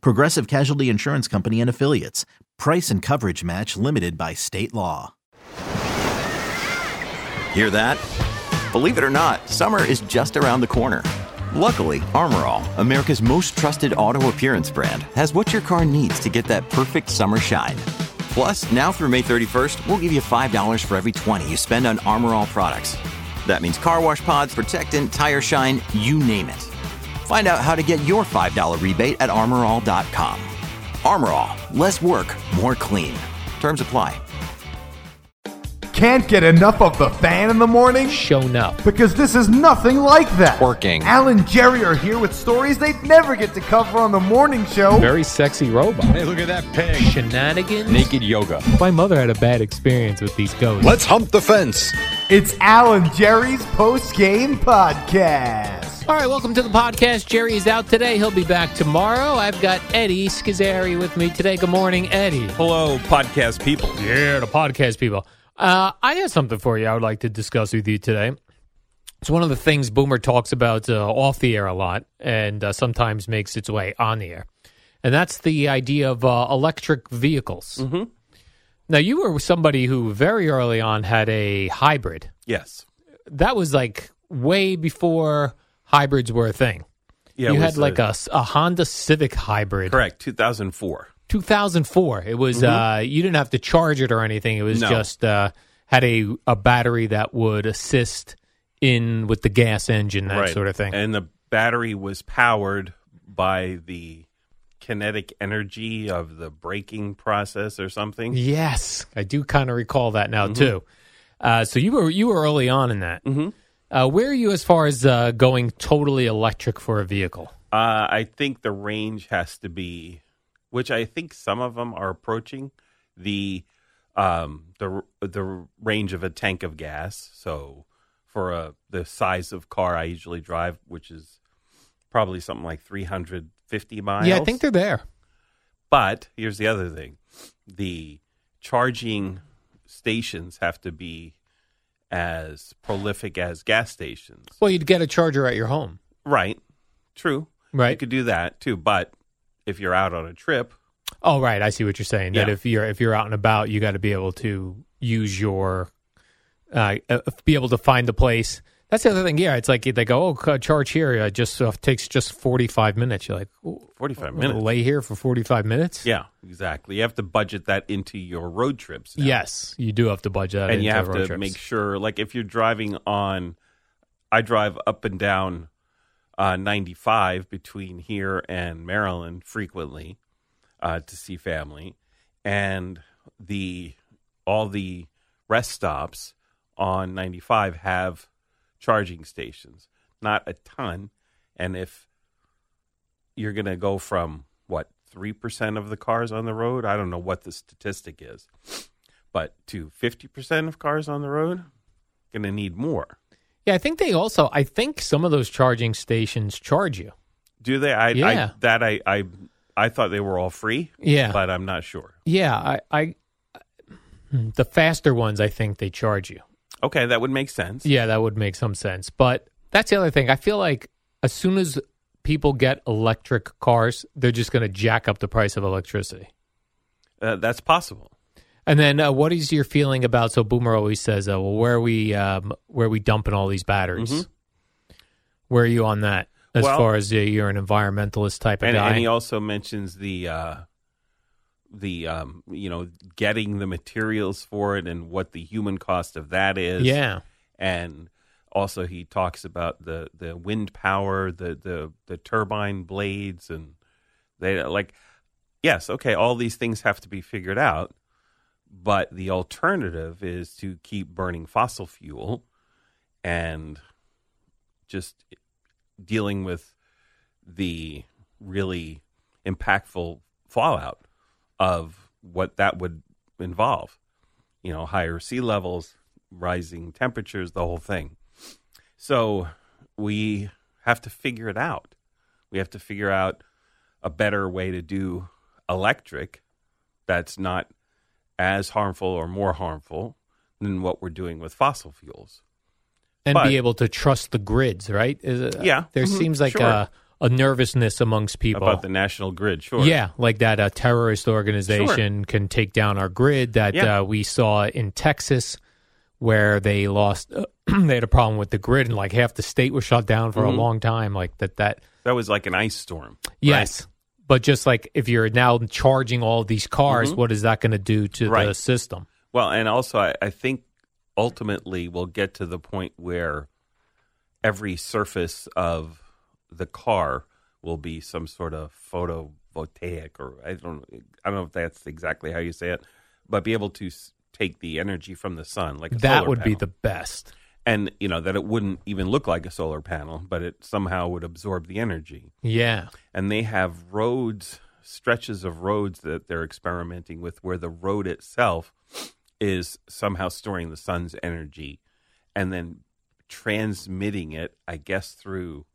Progressive Casualty Insurance Company and Affiliates. Price and coverage match limited by state law. Hear that? Believe it or not, summer is just around the corner. Luckily, Armorall, America's most trusted auto appearance brand, has what your car needs to get that perfect summer shine. Plus, now through May 31st, we'll give you $5 for every 20 you spend on Armorall products. That means car wash pods, protectant, tire shine, you name it. Find out how to get your $5 rebate at armorall.com. Armorall, less work, more clean. Terms apply. Can't get enough of the fan in the morning? shown up. Because this is nothing like that. Twerking. Al and Jerry are here with stories they'd never get to cover on the morning show. Very sexy robot. Hey, look at that pig. Shenanigans. Naked yoga. My mother had a bad experience with these ghosts. Let's hump the fence. It's Al and Jerry's post game podcast. All right, welcome to the podcast. Jerry is out today. He'll be back tomorrow. I've got Eddie Schizzeri with me today. Good morning, Eddie. Hello, podcast people. Yeah, the podcast people. Uh, I have something for you I would like to discuss with you today. It's one of the things Boomer talks about uh, off the air a lot and uh, sometimes makes its way on the air. And that's the idea of uh, electric vehicles. Mm-hmm. Now, you were somebody who very early on had a hybrid. Yes. That was like way before hybrids were a thing. Yeah, you it had was, like uh, a, s- a Honda Civic hybrid. correct 2004. 2004. It was uh, you didn't have to charge it or anything. It was No. just uh, had a a battery that would assist in with the gas engine that sort of thing. And the battery was powered by the kinetic energy of the braking process or something. yes, I do kind of recall that now Mm-hmm. too. Uh, so you were you were early on in that. Mm-hmm. Uh, where are you as far as uh, going totally electric for a vehicle? Uh, I think the range has to be, which I think some of them are approaching the um, the the range of a tank of gas. So for a the size of car I usually drive, which is probably something like 350 miles. Yeah, I think they're there. But here's the other thing: the charging stations have to be as prolific as gas stations. Well, you'd get a charger at your home, Right. True. You right? could do that too, but if you're out on a trip, Oh, right. I see what you're saying. That Yeah. if you're if you're out and about, you got to be able to use your, uh, uh, be able to find the place. That's the other thing. Yeah, it's like they go, oh, c- charge here. It just uh, takes just forty five minutes. You're like, "Ooh, 45 I'm gonna minutes. lay here for forty five minutes. Yeah, exactly. You have to budget that into your road trips. now. Yes, you do have to budget that and you into have road to trips. make sure like if you're driving on i drive up and down uh, 95 between here and maryland frequently uh, to see family and the all the rest stops on 95 have charging stations not a ton and if you're going to go from what 3% of the cars on the road i don't know what the statistic is but to 50% of cars on the road going to need more Yeah, I think they also. I think some of those charging stations charge you. do they i, Yeah. I that I, I i thought they were all free Yeah, but i'm not sure yeah. I, I, hmm, the faster ones, I think they charge you. okay that would make sense Yeah, that would make some sense. But that's the other thing. I feel like as soon as people get electric cars, they're just going to jack up the price of electricity. uh, that's possible And then, uh, what is your feeling about? So Boomer always says, uh, "Well, where are we um, where are we dumping all these batteries? Where are you on that? As Mm-hmm. Well- far as uh, you're an environmentalist type of and, guy, and he also mentions the uh the um you know getting the materials for it and what the human cost of that is yeah, and also he talks about the the wind power, the the the turbine blades, and they like yes, okay, all these things have to be figured out, but the alternative is to keep burning fossil fuel and just dealing with the really impactful fallout of what that would involve. You know, higher sea levels, rising temperatures, the whole thing. So we have to figure it out. We have to figure out a better way to do electric that's not as harmful or more harmful than what we're doing with fossil fuels. and But- be able to trust the grids, right? Is it- Yeah. there Mhm. seems like Sure. a, a nervousness amongst people About the national grid, sure. Yeah, like that a terrorist organization can take down our grid that Yeah. uh, we saw in Texas where they lost uh, they had a problem with the grid and like half the state was shut down for Mm-hmm. a long time like that that That was like an ice storm. right? yes. But just like if you're now charging all these cars, what is that going to do to the Mm-hmm. Right. system? Well, and also, I, I think ultimately we'll get to the point where every surface of the car will be some sort of photovoltaic, or I don't, I don't know if that's exactly how you say it, but be able to s- take the energy from the sun, like a That solar would be panel. the best. and you know that it wouldn't even look like a solar panel, but it somehow would absorb the energy. Yeah. And they have roads, stretches of roads that they're experimenting with, where the road itself is somehow storing the sun's energy and then transmitting it, I guess, through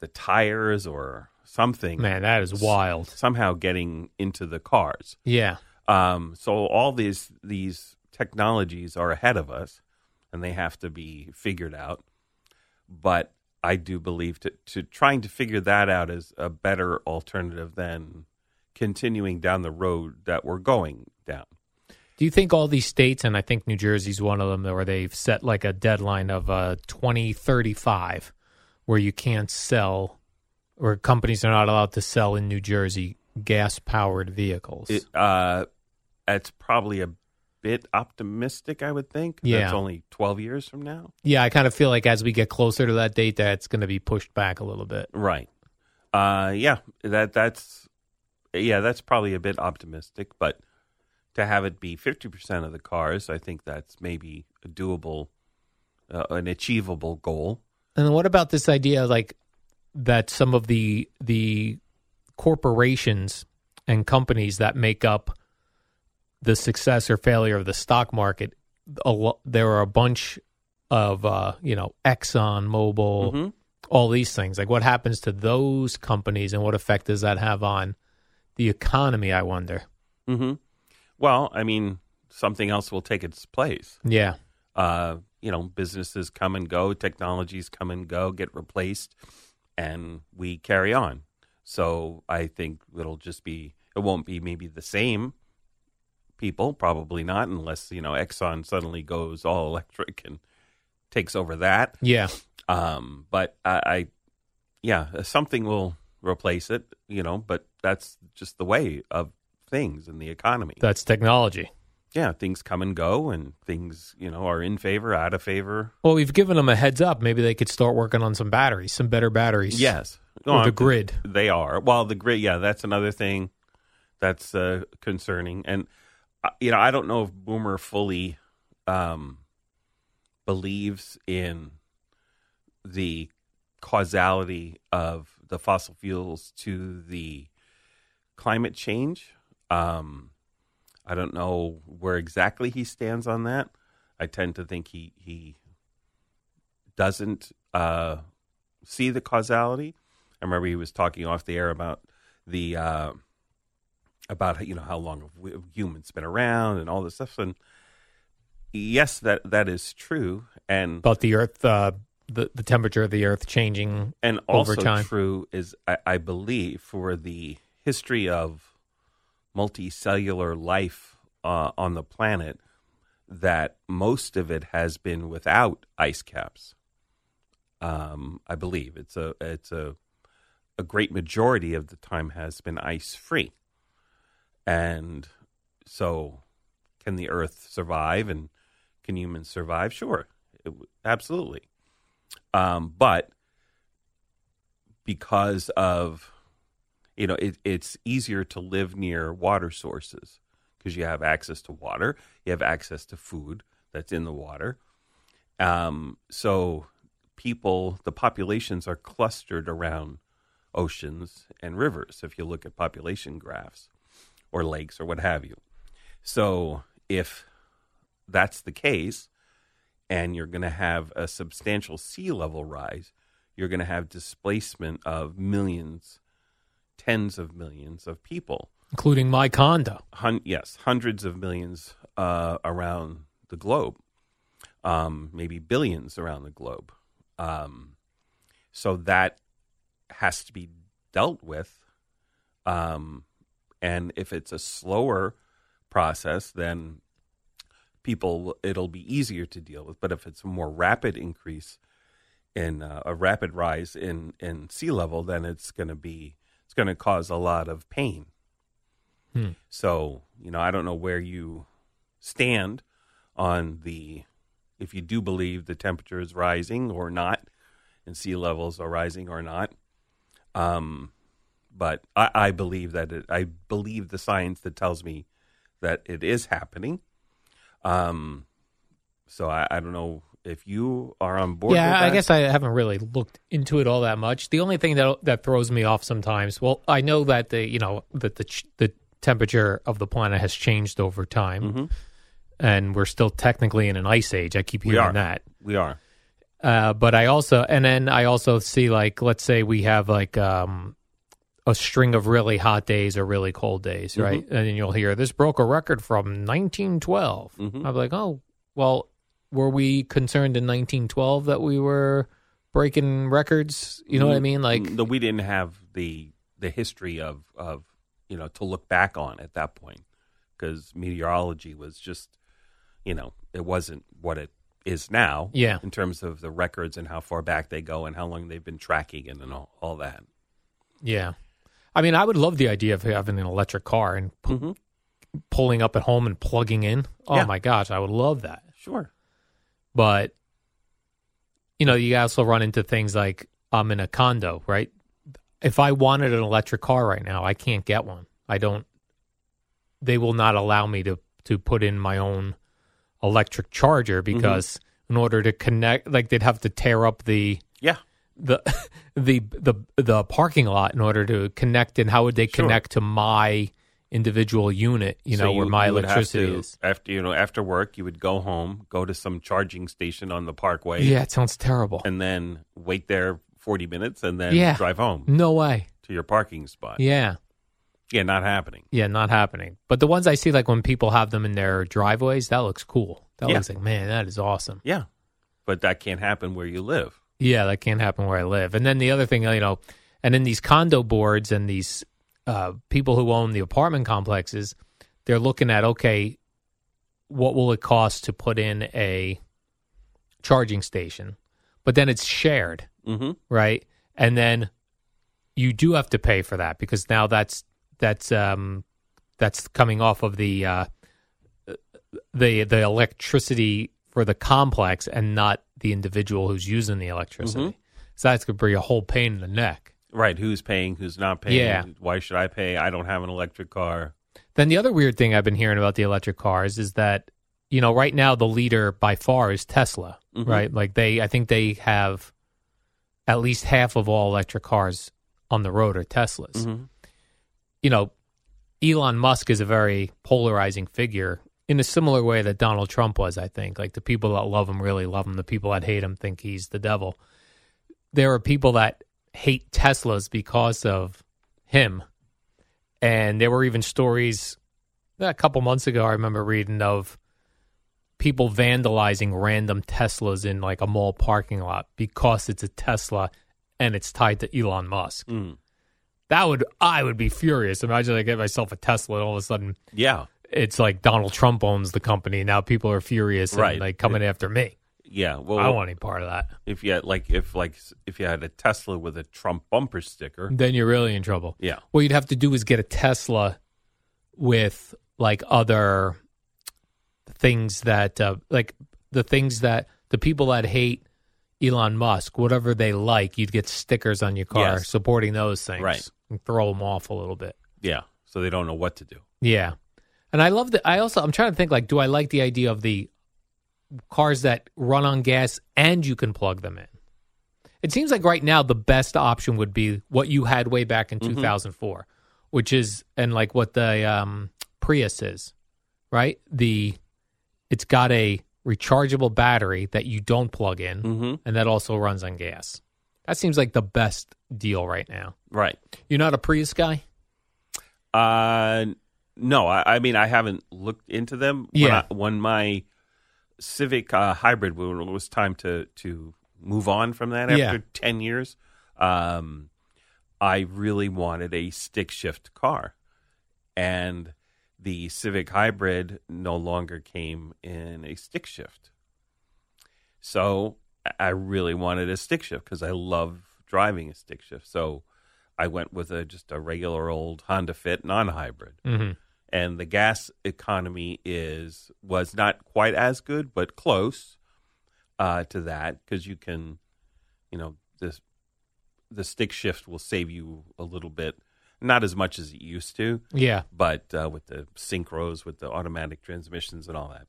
the tires or something, Man, that is wild. somehow getting into the cars. Yeah. Um, so all these these technologies are ahead of us, and they have to be figured out. But I do believe to, to trying to figure that out is a better alternative than continuing down the road that we're going down. Do you think all these states, and I think New Jersey's one of them, where they've set like a deadline of uh, 2035 where you can't sell or companies are not allowed to sell in New Jersey gas powered vehicles? It, uh, it's probably a bit optimistic, I would think. Yeah. That's only twelve years from now. yeah, I kind of feel like as we get closer to that date, that's going to be pushed back a little bit. Right. Uh, yeah. That that's yeah. That's probably a bit optimistic, but to have it be fifty percent of the cars, I think that's maybe a doable, uh, an achievable goal. And what about this idea, like that some of the the corporations and companies that make up the success or failure of the stock market, a lo- there are a bunch of uh, you know Exxon, Mobil, all these things. Like, what happens to those companies, and what effect does that have on the economy? I wonder. Mm-hmm. Well, I mean, something else will take its place. Yeah, Uh, you know, businesses come and go, technologies come and go, get replaced, and we carry on. So I think it'll just be it won't be maybe the same people, probably not, unless you know Exxon suddenly goes all electric and takes over that. yeah. Um, but I, I, yeah, something will replace it, you know. But that's just the way of things in the economy That's technology. yeah, things come and go, and things you know are in favor, out of favor. Well, we've given them a heads up. Maybe they could start working on some batteries, some better batteries. Yes, or the I'm- grid. They are. Well, the grid. Yeah, that's another thing that's uh, concerning, and uh, you know I don't know if Boomer fully um, believes in the causality of the fossil fuels to the climate change. Um, I don't know where exactly he stands on that. I tend to think he he doesn't uh, see the causality. I remember he was talking off the air about the uh, about you know how long have we, humans been around and all this stuff. And yes, that that is true, and about the earth uh, the, the temperature of the earth changing and over also time. true is I, I believe for the history of multicellular life uh, on the planet that most of it has been without ice caps. Um, I believe it's a it's a a great majority of the time has been ice free, and so can the Earth survive and can humans survive? Sure, It- absolutely. Um, but because of you know it, it's easier to live near water sources because you have access to water you have access to food that's in the water um, so people the populations are clustered around oceans and rivers if you look at population graphs or lakes or what have you. So if that's the case, and you're going to have a substantial sea level rise, you're going to have displacement of millions, tens of millions of people. including my condo. Hun- yes, hundreds of millions uh, around the globe, um, maybe billions around the globe. Um, so that has to be dealt with. Um, and if it's a slower process, then people it'll be easier to deal with. But if it's a more rapid increase in uh, a rapid rise in in sea level, then it's going to be it's going to cause a lot of pain. Hmm. So you know, I don't know where you stand on the if you do believe the temperature is rising or not, and sea levels are rising or not. Um, but I, I believe that it, I believe the science that tells me that it is happening. Um, so I, I don't know if you are on board. yeah, with I that. guess I haven't really looked into it all that much. The only thing that that throws me off sometimes, well, I know that the you know that the ch- the temperature of the planet has changed over time, Mhm. and we're still technically in an ice age. I keep We hearing are. that. we are. Uh, but I also, and then I also see like, let's say we have like um, a string of really hot days or really cold Mm-hmm. days, right? And then you'll hear this broke a record from 1912. Mhm. I'm like, oh, well, were we concerned in 1912 that we were breaking records? You know what I mean? Like, the, Mm. we didn't have the the history of of you know to look back on at that point because meteorology was just you know it wasn't what it is now Yeah. in terms of the records and how far back they go and how long they've been tracking it and all, all that yeah. I mean, I would love the idea of having an electric car and pu- Mhm. pulling up at home and plugging in. Oh Yeah. my gosh, I would love that. sure but you know you also run into things like i'm in a condo right if i wanted an electric car right now i can't get one i don't they will not allow me to to put in my own electric charger Mm-hmm. because in order to connect like they'd have to tear up the yeah the the the the parking lot in order to connect and how would they Sure. connect to my individual unit you So know where my would have electricity to- is after you know after work you would go home go to some charging station on the parkway yeah it sounds terrible and then wait there 40 minutes and then Yeah. drive home no way to your parking spot yeah yeah not happening Yeah, not happening. But the ones I see, like when people have them in their driveways, that looks cool. That Yeah. looks like, man, that is awesome. Yeah. But that can't happen where you live. Yeah, that can't happen where I live. And then the other thing, you know, and then these condo boards and these uh, people who own the apartment complexes, they're looking at, okay, what will it cost to put in a charging station? But then it's shared, Mm-hmm. right? And then you do have to pay for that because now that's that's um that's coming off of the uh the the electricity for the complex and not the individual who's using the electricity. So that's going to be a whole pain in the neck. Right. Who's paying? Who's not paying? Yeah. Why should I pay? I don't have an electric car. Then the other weird thing I've been hearing about the electric cars is that you know right now the leader by far is Tesla, Mhm. right? Like they I think they have at least half of all electric cars on the road are Teslas. you know, Elon Musk is a very polarizing figure in a similar way that Donald Trump was, I think. Like the people that love him really love him. The people that hate him think he's the devil. There are people that hate Teslas because of him. And there were even stories eh, a couple months ago, I remember reading of people vandalizing random Teslas in like a mall parking lot because it's a Tesla and it's tied to Elon Musk. Mm. That would I would be furious. Imagine I get myself a Tesla and all of a sudden Yeah. it's like Donald Trump owns the company. Now people are furious and Right. like coming after me. Yeah. Well, I don't want any part of that. if you had, like if like if you had a Tesla with a Trump bumper sticker. Then you're really in trouble. Yeah. What you'd have to do is get a Tesla with like other things that uh, like the things that the people that hate Elon Musk, whatever they like, you'd get stickers on your car Yes. supporting those things. Right. And throw them off a little bit. Yeah. So they don't know what to do. Yeah. And I love that. I also, I'm trying to think like, do I like the idea of the cars that run on gas and you can plug them in? It seems like right now the best option would be what you had way back in 2004, which is and like what the um, Prius is, right? The it's got a rechargeable battery that you don't plug in, Mhm. and that also runs on gas. That seems like the best deal right now. Right. You're not a Prius guy. Uh, no, I, I mean I haven't looked into them. When Yeah. I, when my Civic uh, hybrid when it was time to to move on from that after Yeah. ten years, um, I really wanted a stick shift car, and the Civic hybrid no longer came in a stick shift. So I- I really wanted a stick shift because I love driving a stick shift. So I went with a just a regular old Honda Fit non-hybrid, Mm-hmm. and the gas economy is was not quite as good, but close uh, to that because you can, you know, this the stick shift will save you a little bit, not as much as it used to, Yeah, but uh, with the synchros, with the automatic transmissions and all that.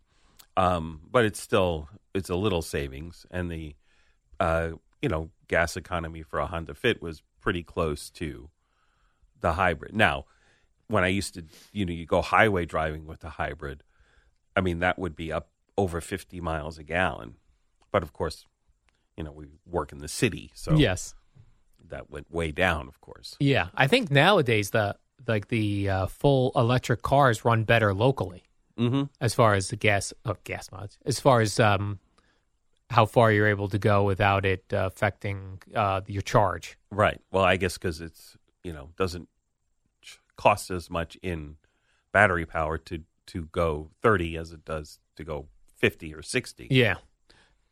Um, but it's still it's a little savings, and the uh, you know gas economy for a Honda Fit was pretty close to the hybrid. Now, when I used to you know you go highway driving with the hybrid, I mean that would be up over fifty miles a gallon, but of course, you know we work in the city, so yes, that went way down, of course. yeah. I think nowadays the like the uh, full electric cars run better locally. Mm-hmm. as far as the gas oh, gas mods as far as um how far you're able to go without it uh, affecting uh, your charge Right. Well, I guess because it's you know doesn't ch- cost as much in battery power to to go thirty as it does to go fifty or sixty. yeah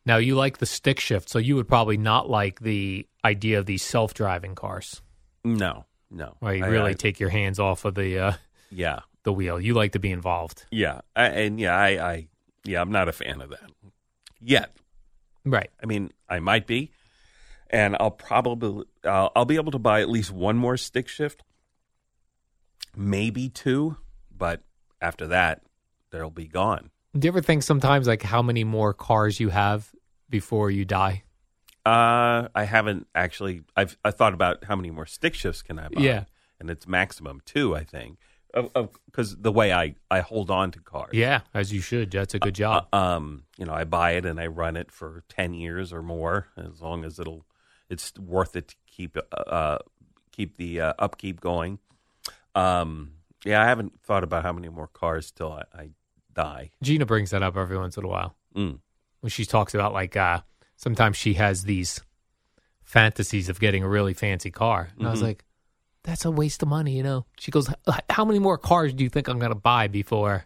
now you like the stick shift so you would probably not like the idea of these self-driving cars No, no. where you I- really I- take your hands off of the uh, yeah, the wheel you like to be involved yeah, I, and yeah, I, I, yeah, I'm not a fan of that yet. right I mean, I might be, and I'll probably I'll I'll be able to buy at least one more stick shift, maybe two, but after that, they'll be gone. do you ever think sometimes like how many more cars you have before you die Uh, I haven't actually. I've I thought about how many more stick shifts can I buy. Yeah. and it's maximum two, I think, because the way I I hold on to cars. yeah as you should that's a good job Uh, um, you know, I buy it and I run it for ten years or more, as long as it'll, it's worth it to keep uh keep the uh, upkeep going. Um, yeah, I haven't thought about how many more cars till I, I die. Gina brings that up every once in a while. Mm. When she talks about like uh sometimes she has these fantasies of getting a really fancy car. And I Mm-hmm. was like, that's a waste of money, you know. She goes, "H- how many more cars do you think I'm going to buy before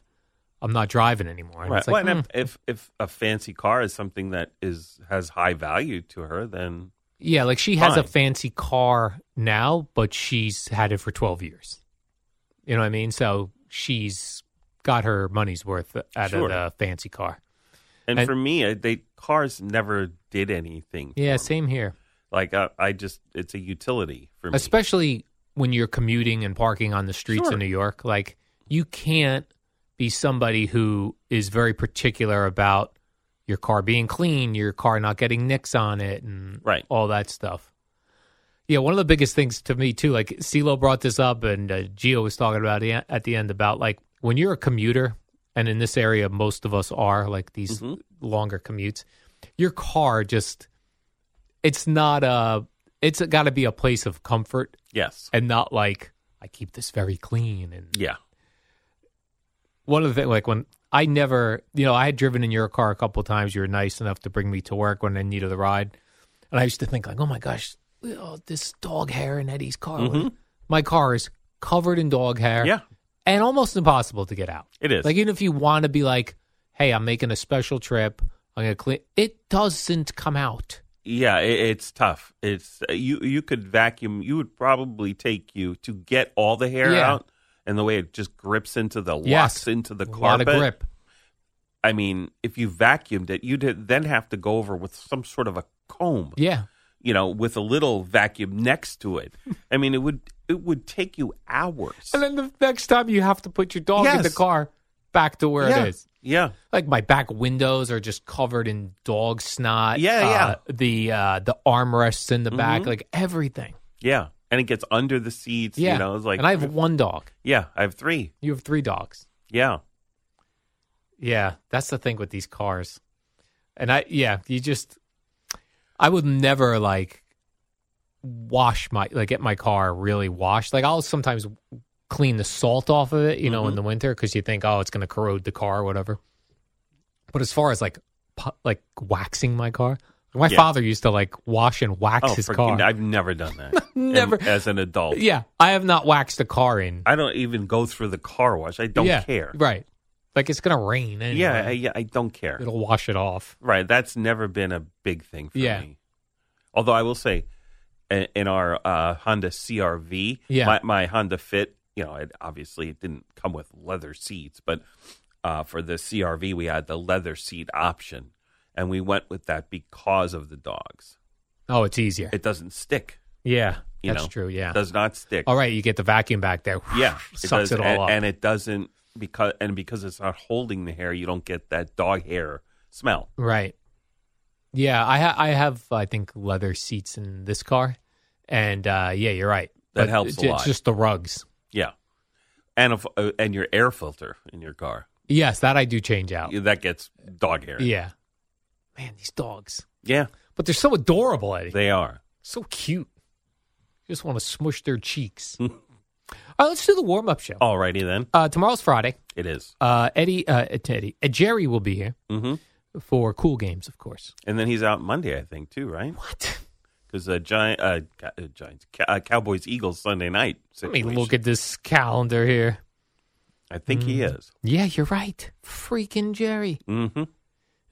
I'm not driving anymore? And Right. it's like, well, and "Hmm, if, if if a fancy car is something that is has high value to her, then yeah, like she has a fine. fancy car now, but she's had it for 12 years. You know what I mean? So she's got her money's worth out of Sure. the fancy car. And, And- for me, I- they cars never did anything. Yeah, for me. same here. Like I, I just, it's a utility for me. especially when you're commuting and parking on the streets Sure. in New York. Like you can't be somebody who is very particular about your car being clean, your car not getting nicks on it, and Right. all that stuff. Yeah, one of the biggest things to me too, like CeeLo brought this up, and uh, Gio was talking about it at the end about like when you're a commuter, and in this area most of us are like these longer commutes, your car just it's not a it's got to be a place of comfort yes, and not like I keep this very clean. And yeah, one of the things, like when I never, you know, I had driven in your car a couple of times. You were nice enough to bring me to work when I needed a ride, and I used to think like, oh my gosh, oh, this dog hair in Eddie's car. My car is covered in dog hair. Mm-hmm. yeah. and almost impossible to get out. It is Like even if you want to be like, hey, I'm making a special trip. I'm gonna clean. It doesn't come out. yeah. It, it's tough. It's uh, you. You could vacuum. You would probably take you to get all the hair Yeah. out, and the way it just grips into the locks Yes. into the A lot carpet. of grip. I mean, if you vacuumed it, you'd then have to go over with some sort of a comb. Yeah. You know, with a little vacuum next to it. I mean, it would it would take you hours. And then the next time you have to put your dog in the Yes. car back to where yeah. it is. Yeah. Like my back windows are just covered in dog snot. Yeah, Uh, the uh, the armrests in the back, like everything. Yeah. and it gets under the seats. Yeah. You know, it's like and I have one dog. yeah, I have three. You have three dogs. Yeah, Yeah, that's the thing with these cars. And I yeah, you just I would never like wash my like get my car really washed. Like I'll sometimes clean the salt off of it, you Mm-hmm. know, in the winter cuz you think oh it's going to corrode the car or whatever. But as far as like pu- like waxing my car, my Yeah. father used to like wash and wax oh, his freaking- car. I've never done that. Never. Am- as an adult. yeah, I have not waxed a car in. I don't even go through the car wash. I don't yeah, care. Right. Like it's going to rain anyway. Yeah, I, yeah, I don't care. it'll wash it off. Right. That's never been a big thing for Yeah. me. Although I will say, in, in our uh, Honda CRV, Yeah. my, my Honda Fit, you know, it, obviously it didn't come with leather seats, but uh, for the CRV, we had the leather seat option. And we went with that because of the dogs. Oh, it's easier. It doesn't stick. Yeah, You that's know, true. Yeah. Does not stick. all right, you get the vacuum back there. Yeah. sucks does, it all and, up. and it doesn't because and because it's not holding the hair, you don't get that dog hair smell. right. Yeah, I ha- I have I think leather seats in this car, and uh, yeah, you're right. That helps it's, a lot. It's just the rugs. Yeah, and if, uh, and your air filter in your car Yes, that I do change out. Yeah, that gets dog hair. Yeah, man, these dogs, Yeah, but they're so adorable, Eddie. they are. so cute. Just want to smush their cheeks. all right, let's do the warm up show. Alrighty then, Uh, tomorrow's Friday. it is. Uh, Eddie, uh, Teddy, uh, Jerry will be here Mm-hmm. for cool games, of course. And then he's out Monday, I think, too, right? What? Because uh, giant, uh, Ca- uh, Giants, Ca- uh, Cowboys, Eagles Sunday night. Let me Situation. look at this calendar here. I think he Mm. is. Yeah, you're right. Freaking Jerry. Mm-hmm.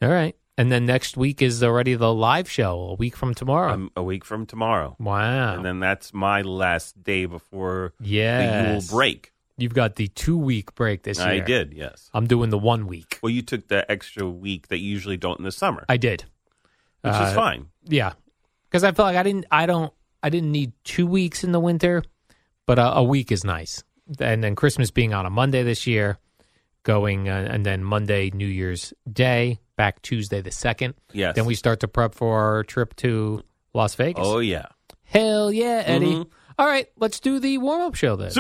All right. And then next week is already the live show, a week from tomorrow. I'm a week from tomorrow, wow. and then that's my last day before the Yule Yes. break. You've got the two week break this year. I did, yes. I'm doing the one week. Well, you took the extra week that you usually don't in the summer, I did. which uh, is fine. Yeah. Because I feel like I didn't, I don't, I didn't need two weeks in the winter, but a, a week is nice. And then Christmas being on a Monday this year, going, uh, and then Monday, New Year's Day, back Tuesday the 2nd. Yes. Then we start to prep for our trip to Las Vegas. Oh Mm-hmm. yeah. Hell yeah, Eddie. All right, let's do the warm up show then.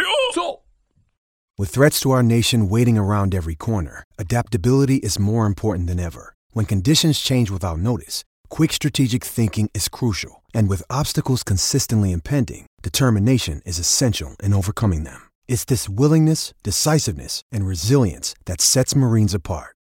With threats to our nation waiting around every corner, adaptability is more important than ever. When conditions change without notice, quick strategic thinking is crucial, and with obstacles consistently impending, determination is essential in overcoming them. It's this willingness, decisiveness, and resilience that sets Marines apart.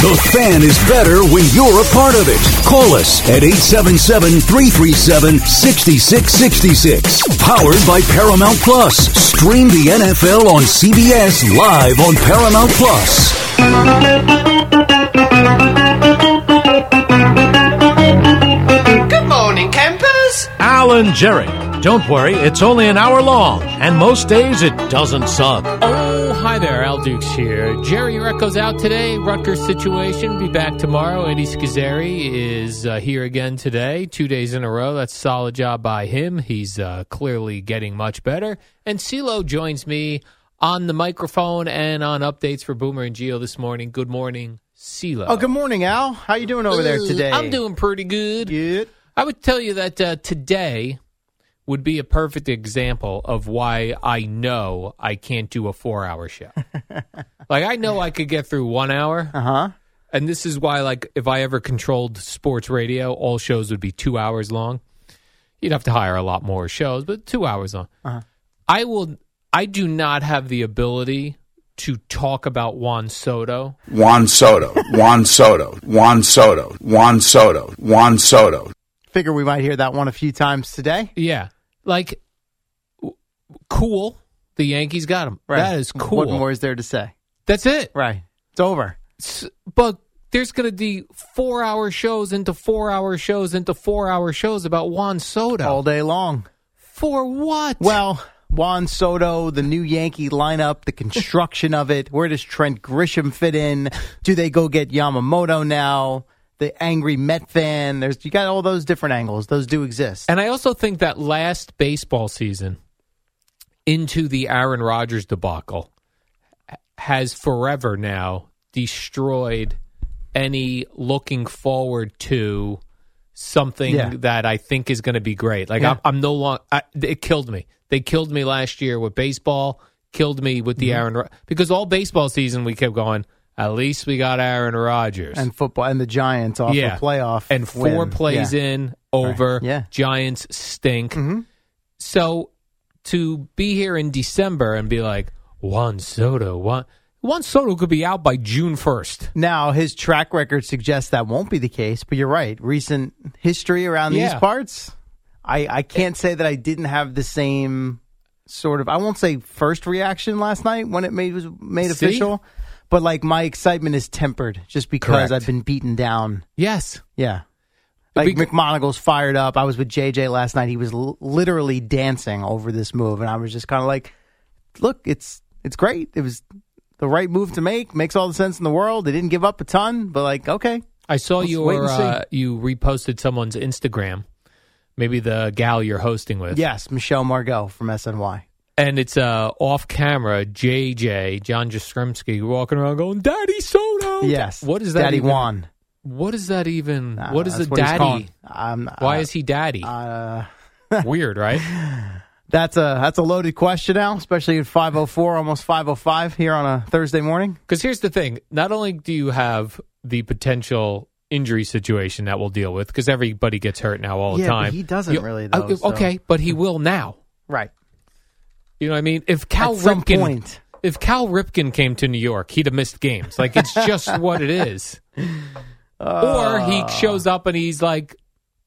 The fan is better when you're a part of it. Call us at 877 337 6666. Powered by Paramount Plus. Stream the NFL on CBS live on Paramount Plus. Alan Jerry. Don't worry, it's only an hour long, and most days it doesn't suck. Oh, hi there, Al Dukes here. Jerry Recco's out today. Rutgers situation. Be back tomorrow. Eddie Schizzeri is uh, here again today, two days in a row. That's a solid job by him. He's uh, clearly getting much better. And CeeLo joins me on the microphone and on updates for Boomer and Geo this morning. Good morning, CeeLo. Oh, good morning, Al. How you doing over there Ooh, today? I'm doing pretty good. good. I would tell you that uh, today would be a perfect example of why I know I can't do a four hour show. like, I know I could get through one hour. Uh huh. And this is why, like, if I ever controlled sports radio, all shows would be two hours long. You'd have to hire a lot more shows, but two hours long. I will. I do not have the ability to talk about Juan Soto Juan Soto, Juan Soto, Juan Soto, Juan Soto, Juan Soto. Figure we might hear that one a few times today. Yeah, like w- cool. The Yankees got him. That is cool. What more is there to say? That's it. Right. It's over. S- But there's going to be four-hour shows into four-hour shows into four-hour shows about Juan Soto. All day long. For what? Well, Juan Soto, the new Yankee lineup, the construction of it. Where does Trent Grisham fit in? Do they go get Yamamoto now? The angry Met fan. There's you got all those different angles. Those do exist. and I also think that last baseball season into the Aaron Rodgers debacle h- has forever now destroyed any looking forward to something Yeah. that I think is going to be great. Like Yeah. I'm, I'm no longer. It killed me. They killed me last year with baseball. Killed me with Mm-hmm. the Aaron Rod- because all baseball season we kept going. At least we got Aaron Rodgers And football and the Giants off yeah. a playoff and four win. plays Yeah. in over. Yeah. Mm-hmm. Giants stink. So to be here in December and be like Juan Soto, Juan, Juan Soto could be out by June first. Now his track record suggests that won't be the case, but you're right. Recent history around Yeah. these parts, I, I can't say that I didn't have the same sort of I won't say first reaction last night when it made was made See? official, but like my excitement is tempered just because Correct. I've been beaten down. Yes, Yeah. Like Bec- McMonagalle's fired up. I was with JJ last night. He was l- literally dancing over this move, and I was just kind of like, "Look, it's it's great. It was the right move to make. Makes all the sense in the world. They didn't give up a ton, but like, okay, I saw Let's wait your and see. uh, you reposted someone's Instagram, maybe the gal you're hosting with. yes, Michelle Margot from SNY. and it's uh, off camera. JJ John Jastrzemski walking around going, "Daddy Soto." Yes, what is that? Daddy even, Juan. What is that even? Uh, what is a that's he's daddy? calling- I'm- Why uh, is he daddy? Uh, Weird, right? that's a that's a loaded question now, especially at five oh four, almost five oh five here on a Thursday morning. Because here's the thing: not only do you have the potential injury situation that we'll deal with, because everybody gets hurt now all the Yeah, but time. he doesn't You- really, though, okay, so- Okay, but he will now. Right. You know what I mean? If Cal At some Ripken, point. if Cal Ripken came to New York, he'd have missed games. Like it's just what it is. or Uh. he shows up and he's like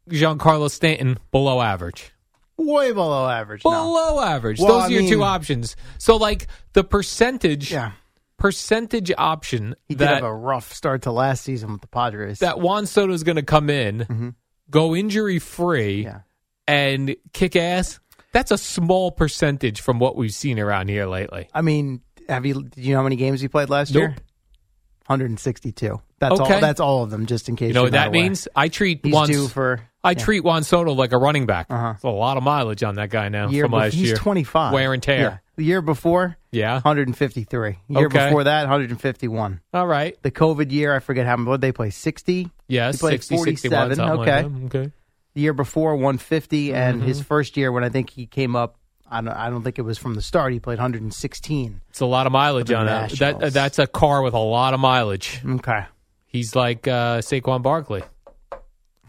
Giancarlo Stanton, below average. Way below average. now. Below average. Well, Those I are your mean- two options. So like the percentage Yeah. percentage option He did that have a rough start to last season with the Padres. that Juan Soto is going to come in, go injury free, Mm-hmm. Yeah. and kick ass. That's a small percentage from what we've seen around here lately. I mean, have you? Do you know how many games he played last year? Nope. 162. That's Okay. all. That's all of them. Just in case. You know you're what not that aware. means? I treat He's Juan. due for. I yeah. Uh-huh. treat Juan Soto like a running back. It's a lot of mileage on that guy now year from bef- last he's year. 25. Wear and tear. Yeah. The year before, Yeah. 153. Year Okay. before that, 151. All right. The COVID year, I forget how many. What they play? 60. Yes. played 60, 61, 47, something like okay. that. okay. The year before, 150, and Mm-hmm. his first year when I think he came up. I don't, I don't think it was from the start. He played 116. It's a lot of mileage For the on that. that. Nationals. That's a car with a lot of mileage. Okay. He's like uh, Saquon Barkley.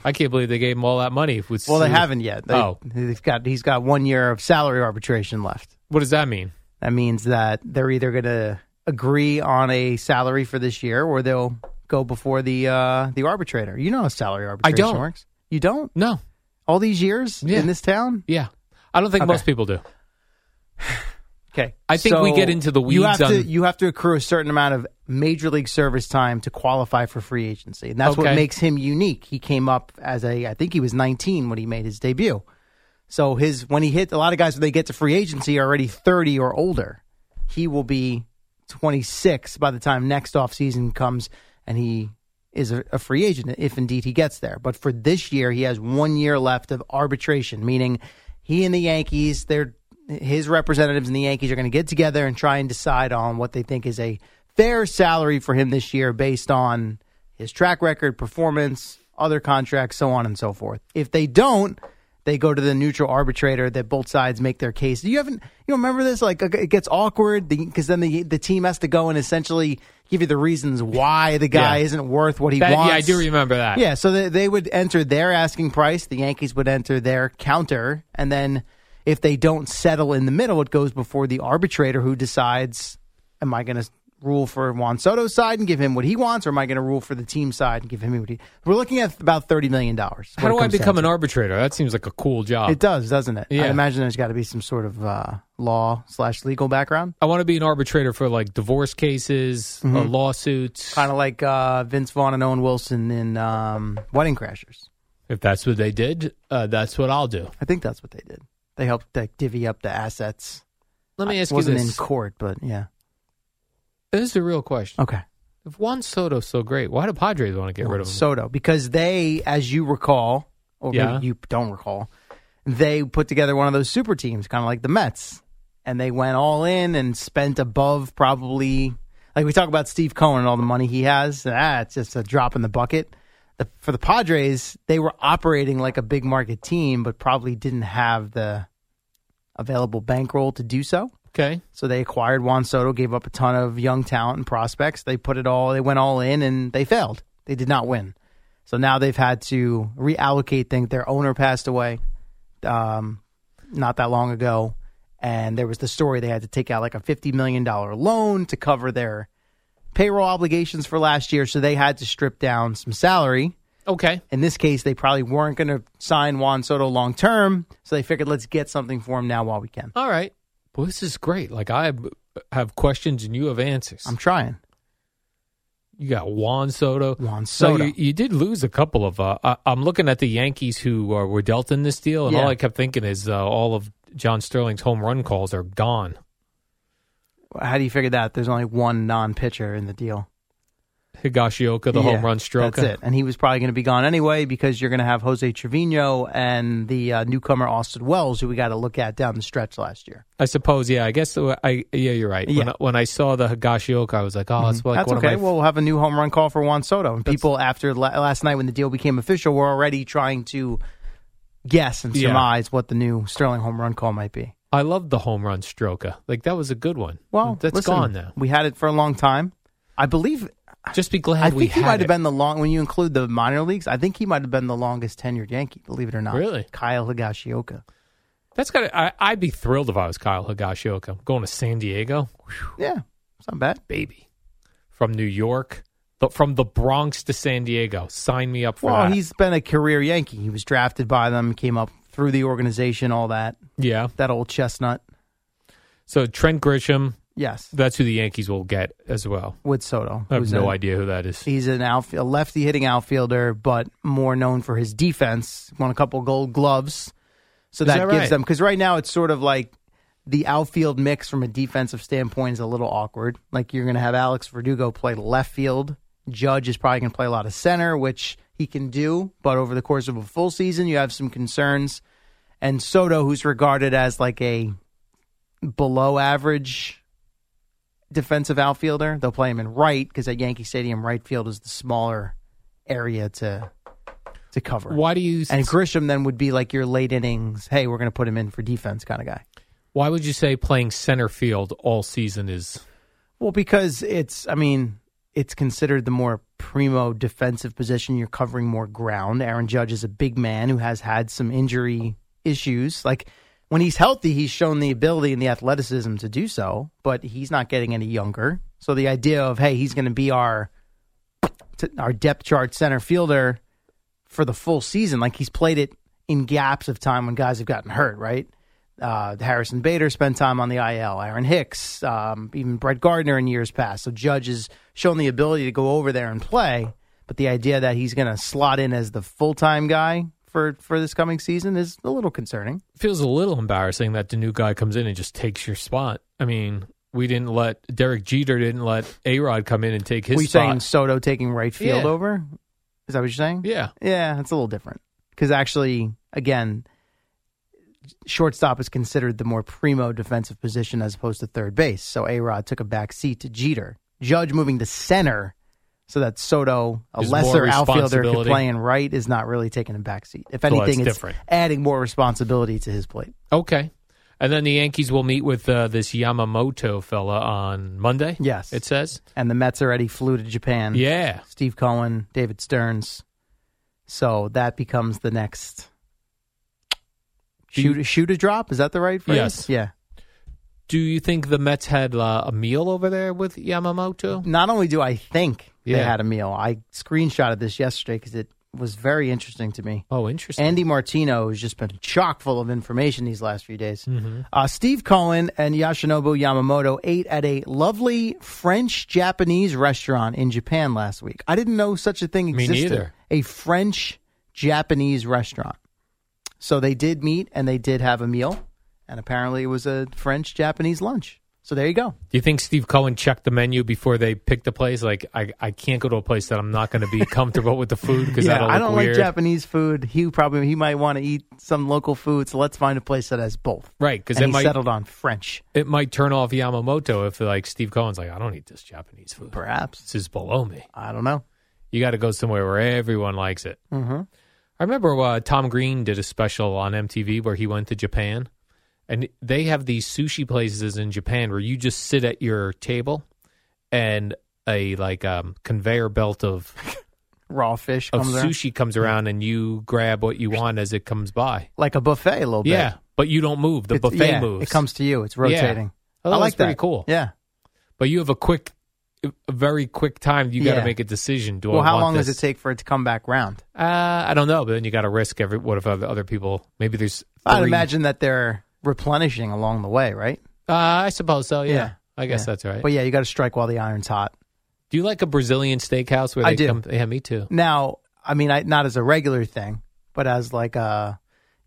I can't believe they gave him all that money. With Well, they haven't yet. They, Oh. they've got he's got one year of salary arbitration left. What does that mean? That means that they're either going to agree on a salary for this year, or they'll go before the uh, the arbitrator. You know how salary arbitration don't. works. You don't No. all these years Yeah. in this town. Yeah. I don't think Okay. most people do. Okay, I think we get into the You weeds have to on- you have to accrue a certain amount of major league service time to qualify for free agency, and that's Okay. what makes him unique. He came up as a I think he was 19 when he made his debut. So his when he hit a lot of guys when they get to free agency are already 30 or older. He will be 26 by the time next offseason comes and he is a, a free agent if indeed he gets there. But for this year he has 1 year left of arbitration, meaning he and the Yankees they're his representatives and the Yankees are going to get together and try and decide on what they think is a fair salary for him this year based on his track record, performance, other contracts, so on and so forth. If they don't, They go to the neutral arbitrator that both sides make their case. Do you haven't you remember this? Like it gets awkward because then the the team has to go and essentially give you the reasons why the guy Yeah. isn't worth what he That- wants. yeah, I do remember that. Yeah, so they, they would enter their asking price. The Yankees would enter their counter, and then if they don't settle in the middle, it goes before the arbitrator who decides: Am I going to rule for Juan Soto's side and give him what he wants, or am I going to rule for the team side and give him what he? We're looking at about thirty million dollars. How do I become an arbitrator? That seems like a cool job. It does, doesn't it? Yeah. I imagine there's got to be some sort of uh, law slash legal background, I want to be an arbitrator for like divorce cases, uh, lawsuits, kind of Mm-hmm. like uh, Vince Vaughn and Owen Wilson in um, Wedding Crashers. If that's what they did, uh, that's what I'll do. I think that's what they did. They helped like, divvy up the assets. Let me I- ask you wasn't this. in court, but yeah. this is a real question. Okay. If Juan Soto's so great, why do Padres want to get rid of him? Soto, because they, as you recall, or Yeah. maybe you don't recall, they put together one of those super teams, kind of like the Mets, and they went all in and spent above probably. Like we talk about Steve Cohen and all the money he has, ah, it's just a drop in the bucket. The, for the Padres, they were operating like a big market team, but probably didn't have the available bankroll to do so. okay. So they acquired Juan Soto, gave up a ton of young talent and prospects. They put it all, they went all in and they failed. They did not win. So now they've had to reallocate things. Their owner passed away um, not that long ago. And there was the story they had to take out like a $50 million loan to cover their payroll obligations for last year. So they had to strip down some salary. Okay. In this case, they probably weren't going to sign Juan Soto long term. So they figured, let's get something for him now while we can. All right. Well, this is great. Like, I b- have questions and you have answers. I'm trying. you got Juan Soto. Juan So Soto. you, you did lose a couple of. Uh, I, I'm looking at the Yankees who uh, were dealt in this deal, and Yeah. all I kept thinking is uh, all of John Sterling's home run calls are gone. How do you figure that? There's only one non-pitcher in the deal. Higashioka, the home Yeah, run stroke. That's it. And he was probably going to be gone anyway because you're going to have Jose Trevino and the uh, newcomer Austin Wells, who we got to look at down the stretch last year. I suppose, yeah. I guess the way- I yeah, you're right. When, Yeah. Mm-hmm. I, when I saw the Higashioka, I was like, oh, it's like That's one okay. of my. well, we'll have a new home run call for Juan Soto. And people after la- last night when the deal became official were already trying to guess and Yeah. surmise what the new Sterling home run call might be. I loved the home run stroker. Like that was a good one. Well, that's listen, gone now. We had it for a long time. I believe. Just be glad I we think he had might it. have been the long when you include the minor leagues. I think he might have been the longest tenured Yankee, believe it or not. Really? Kyle Higashioka. That's got. to I'd be thrilled if I was Kyle Higashioka. I'm going to San Diego, Yeah, it's not bad. baby, from New York, but from the Bronx to San Diego. Sign me up for Well, that. he's been a career Yankee. He was drafted by them, came up through the organization, all that. yeah. That old chestnut. So Trent Grisham, Yes, that's who the Yankees will get as well. with Soto. I have who's no a- idea who that is. He's an outf- a lefty hitting outfielder, but more known for his defense. Won a couple gold gloves. So Is that, that gives right? them, because right now it's sort of like the outfield mix from a defensive standpoint is a little awkward. Like you're going to have Alex Verdugo play left field. Judge is probably going to play a lot of center, which he can do. But over the course of a full season, you have some concerns. And Soto, who's regarded as like a below average defensive outfielder. They'll play him in right because at Yankee Stadium, right field is the smaller area to to cover. Why do you? And Grisham then would be like your late innings. Hey, we're going to put him in for defense kind of guy. why would you say playing center field all season is? Well, because it's, I mean, it's considered the more primo defensive position. You're covering more ground. Aaron Judge is a big man who has had some injury issues. Like when he's healthy, he's shown the ability and the athleticism to do so, but he's not getting any younger. So the idea of, hey, he's going to be our t- our depth chart center fielder for the full season. Like he's played it in gaps of time when guys have gotten hurt, right? Uh, Harrison Bader spent time on the IL, Aaron Hicks, um, even Brett Gardner in years past. So Judge has shown the ability to go over there and play, but the idea that he's going to slot in as the full time guy for for this coming season is a little concerning. feels a little embarrassing that the new guy comes in and just takes your spot. I mean, we didn't let Derek Jeter didn't let A Rod come in and take his Were you spot. saying Soto taking right field Yeah. over? Is that what you're saying? yeah, Yeah, it's a little different because actually, again, shortstop is considered the more primo defensive position as opposed to third base. So A Rod took a back seat to Jeter. Judge moving to center So that Soto, a There's more lesser outfielder, could responsibility. play in right is not really taking a backseat. If So it's anything, it's different. adding more responsibility to his plate. Okay. And then the Yankees will meet with uh, this Yamamoto fella on Monday. Yes. It says. And the Mets already flew to Japan. Yeah. Steve Cohen, David Stearns. So that becomes the next Do you- shoot, shoot a drop. Is that the right phrase? Yes. Yeah. Do you think the Mets had uh, a meal over there with Yamamoto? Not only do I think they Yeah. had a meal, I screenshotted this yesterday because it was very interesting to me. Oh, interesting. Andy Martino has just been chock full of information these last few days. Mm-hmm. Uh, Steve Cohen and Yoshinobu Yamamoto ate at a lovely French Japanese restaurant in Japan last week. I didn't know such a thing Me existed. neither. A French Japanese restaurant. So they did meet and they did have a meal, and apparently it was a French Japanese lunch. So there you go. Do you think Steve Cohen checked the menu before they picked the place? Like, I, I can't go to a place that I'm not going to be comfortable with the food because that'll look I don't weird. like Japanese food. He probably he might want to eat some local food, so let's find a place that has both. Right, because And it he might settled on French, it might turn off Yamamoto if like Steve Cohen's like, I don't eat this Japanese food. perhaps. This is below me. I don't know. You got to go somewhere where everyone likes it. Mm-hmm. I remember uh, Tom Green did a special on MTV where he went to Japan, and they have these sushi places in Japan where you just sit at your table, and a like um, conveyor belt of Raw fish of comes around. sushi comes around, and you grab what you want as it comes by. like a buffet a little bit. Yeah, but you don't move. The It's- buffet yeah, moves. It comes to you. It's rotating. I Oh, that's like that. pretty cool. Yeah. but you have a quick, a very quick time. You got to Yeah. make a decision. Do well, I how want long this? does it take for it to come back round? Uh, I don't know, but then you got to risk every. What if other, other people? Maybe there's. I'd three- imagine that they're replenishing along the way, right? Uh, I suppose so. Yeah, Yeah. I guess Yeah. that's right. But yeah, you got to strike while the iron's hot. do you like a Brazilian steakhouse where they I do. come? Yeah, me too. Now, I mean, I, not as a regular thing, but as like a,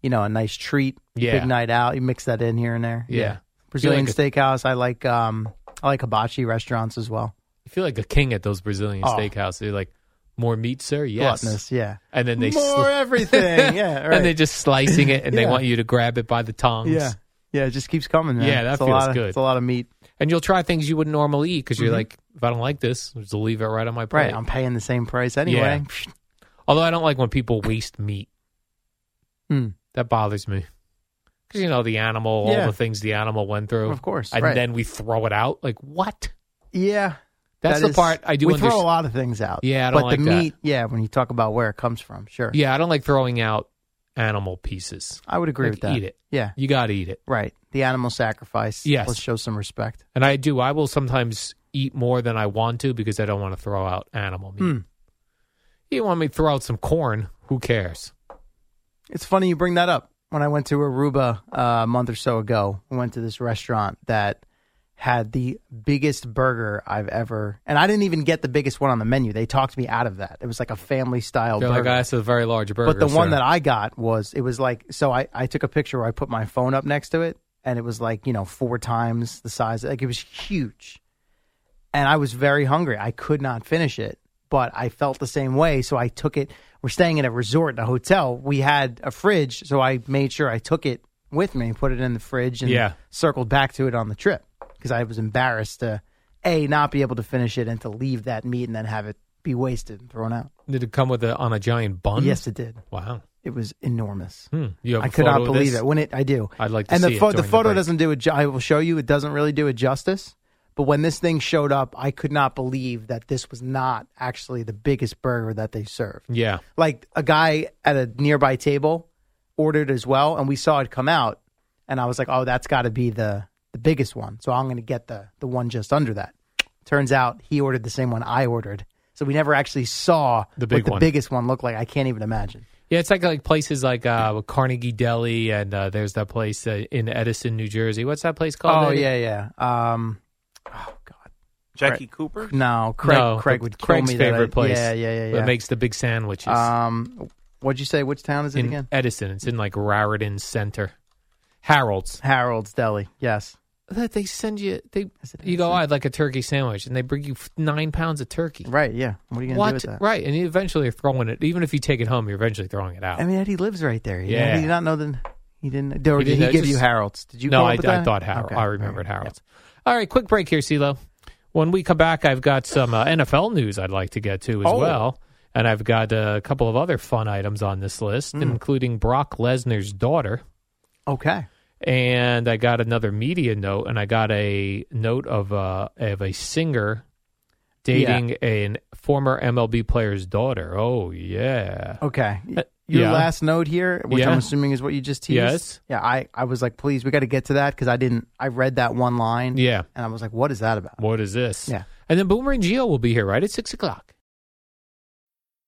you know, a nice treat, Yeah. big night out. You mix that in here and there. Yeah. Brazilian You like steakhouse. I like um, I like hibachi restaurants as well. You feel like a king at those Brazilian Oh. steakhouse. They're like, more meat, sir. Yes, Gluttonous, yeah. and then they More sli- everything. Yeah, right. and they're just slicing it, and they Yeah. want you to grab it by the tongs. Yeah, yeah. It just keeps coming. Man. Yeah, that It's a feels lot of- good. It's a lot of meat. and you'll try things you wouldn't normally eat because you're like, if I don't like this, I'll just leave it right on my plate. Mm-hmm. Right. I'm paying the same price anyway. Although I don't like when people waste meat. Hmm. That bothers me. Because, you know, the animal, all Yeah. the things the animal went through. Of course, And right. then we throw it out. Like, what? Yeah. That's that the is- part I do We understand. throw a lot of things out. Yeah, I don't but like the that. meat. Yeah, when you talk about where it comes from, sure. Yeah, I don't like throwing out animal pieces. I would agree Like, with that. eat it. Yeah, You got to eat it. right. The animal sacrifice. Yes. let's show some respect. And I do. I will sometimes eat more than I want to because I don't want to throw out animal meat. Hmm. You want me to throw out some corn? Who cares? It's funny you bring that up. When I went to Aruba uh, a month or so ago, we went to this restaurant that had the biggest burger I've ever, and I didn't even get the biggest one on the menu. They talked me out of that. It was like a family style They're burger. like, that's a very large burger. But the one sir." that I got was it was like so I I took a picture where I put my phone up next to it and it was like you know four times the size like it was huge, and I was very hungry. I could not finish it, but I felt the same way. So I took it. We're staying at a resort in a hotel. We had a fridge, so I made sure I took it with me, put it in the fridge, and Yeah. circled back to it on the trip because I was embarrassed to a not be able to finish it and to leave that meat and then have it be wasted and thrown out. Did it come with a, on a giant bun? Yes, it did. Wow. It was enormous. Hmm. You have I a could photo not of believe this? it. When it, I do. I'd like to and see the it photo. the during the photo break. doesn't do it. ju- I will show you. It doesn't really do it justice. But when this thing showed up, I could not believe that this was not actually the biggest burger that they served. Yeah. Like a guy at a nearby table ordered as well, and we saw it come out, and I was like, "Oh, that's got to be the the biggest one." So I'm going to get the the one just under that. Turns out he ordered the same one I ordered, so we never actually saw The big what the one. biggest one looked like. I can't even imagine. Yeah, it's like like places like uh, Carnegie Deli, and uh, there's that place uh, in Edison, New Jersey. What's that place called? Oh Eddie? yeah, yeah. Um, Jackie Cooper? No, Craig. no, Craig the- would kill Craig's me. that I- favorite place. Yeah, yeah, yeah. That yeah. makes the big sandwiches um, what'd you say? Which town is it in again? Edison. It's in like Raritan Center, Harold's. Harold's Deli. Yes. That they send you. They Is it you go. "Oh, Edison? I'd like a turkey sandwich, and they bring you f- nine pounds of turkey. Right. Yeah. What are you gonna do What? with that? Right, and you eventually are throwing it. Even if you take it home, you're eventually throwing it out. I mean, Eddie lives right there. You know, Yeah. Did you not know that? He didn't. Or He did didn't he know, give just- you Harold's? Did you? no, come up I, with I that? thought Harold. Okay, I all remembered right, Harold's. All right, quick break here, CeeLo. When we come back, I've got some uh, NFL news I'd like to get to as Oh. well. And I've got uh, a couple of other fun items on this Hmm. list, including Brock Lesnar's daughter. Okay. And I got another media note, and I got a note of, uh, of a singer dating a former MLB player's daughter. Oh, yeah. Okay. Uh, Your yeah. last note here, which Yeah. I'm assuming is what you just teased. Yes. Yeah, I, I was like, please, we got to get to that because I didn't. I read that one line. Yeah. And I was like, what is that about? What is this? Yeah. And then Boomer and Geo will be here right at 6 o'clock.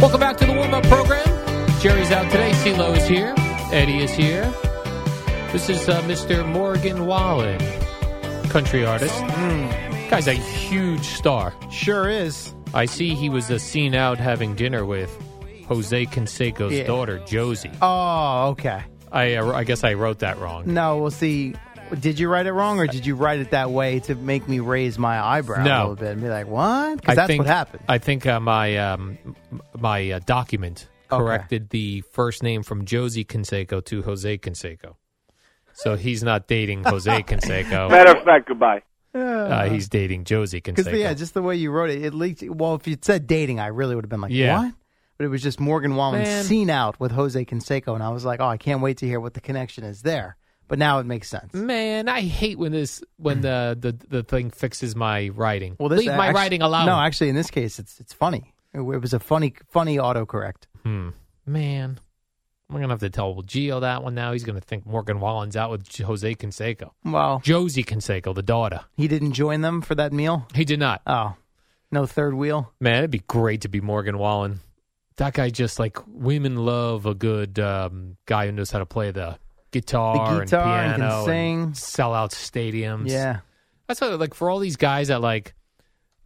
Welcome back to the warm up program. Jerry's out today. CeeLo is here. Eddie is here. This is uh, Mr. Morgan Wallen, country artist. Guy's a huge star. Sure is. I see he was uh, seen out having dinner with Jose Canseco's Yeah. daughter, Josie. Oh, okay. I, uh, I guess I wrote that wrong. No, we'll see. Did you write it wrong, or did you write it that way to make me raise my eyebrow No. a little bit and be like, "What?" I Because that's think, what happened. I think uh, my um, m- my uh, document Okay. corrected the first name from Josie Canseco to Jose Canseco. So he's not dating Jose Canseco. Matter of fact, goodbye. uh, he's dating Josie Because Canseco. yeah, just the way you wrote it, it leaked. Well, if you'd said dating, I really would have been like, Yeah. "What?" But it was just Morgan Wallen Man. seen out with Jose Canseco, and I was like, "Oh, I can't wait to hear what the connection is there." But now it makes sense. Man, I hate when this when the the, the thing fixes my writing. Well, this Leave my actu- writing alone. No, actually, in this case, it's it's funny. It, it was a funny funny autocorrect. Hmm. Man, I'm gonna have to tell Gio that one now. He's gonna think Morgan Wallen's out with J- Jose Canseco. Well, Josie Canseco, the daughter. he didn't join them for that meal. He did not. Oh, no third wheel. Man, it'd be great to be Morgan Wallen. That guy just like women love a good um, guy who knows how to play the guitar, The guitar and and can piano sing. sell out stadiums. Yeah. That's what like for all these guys that like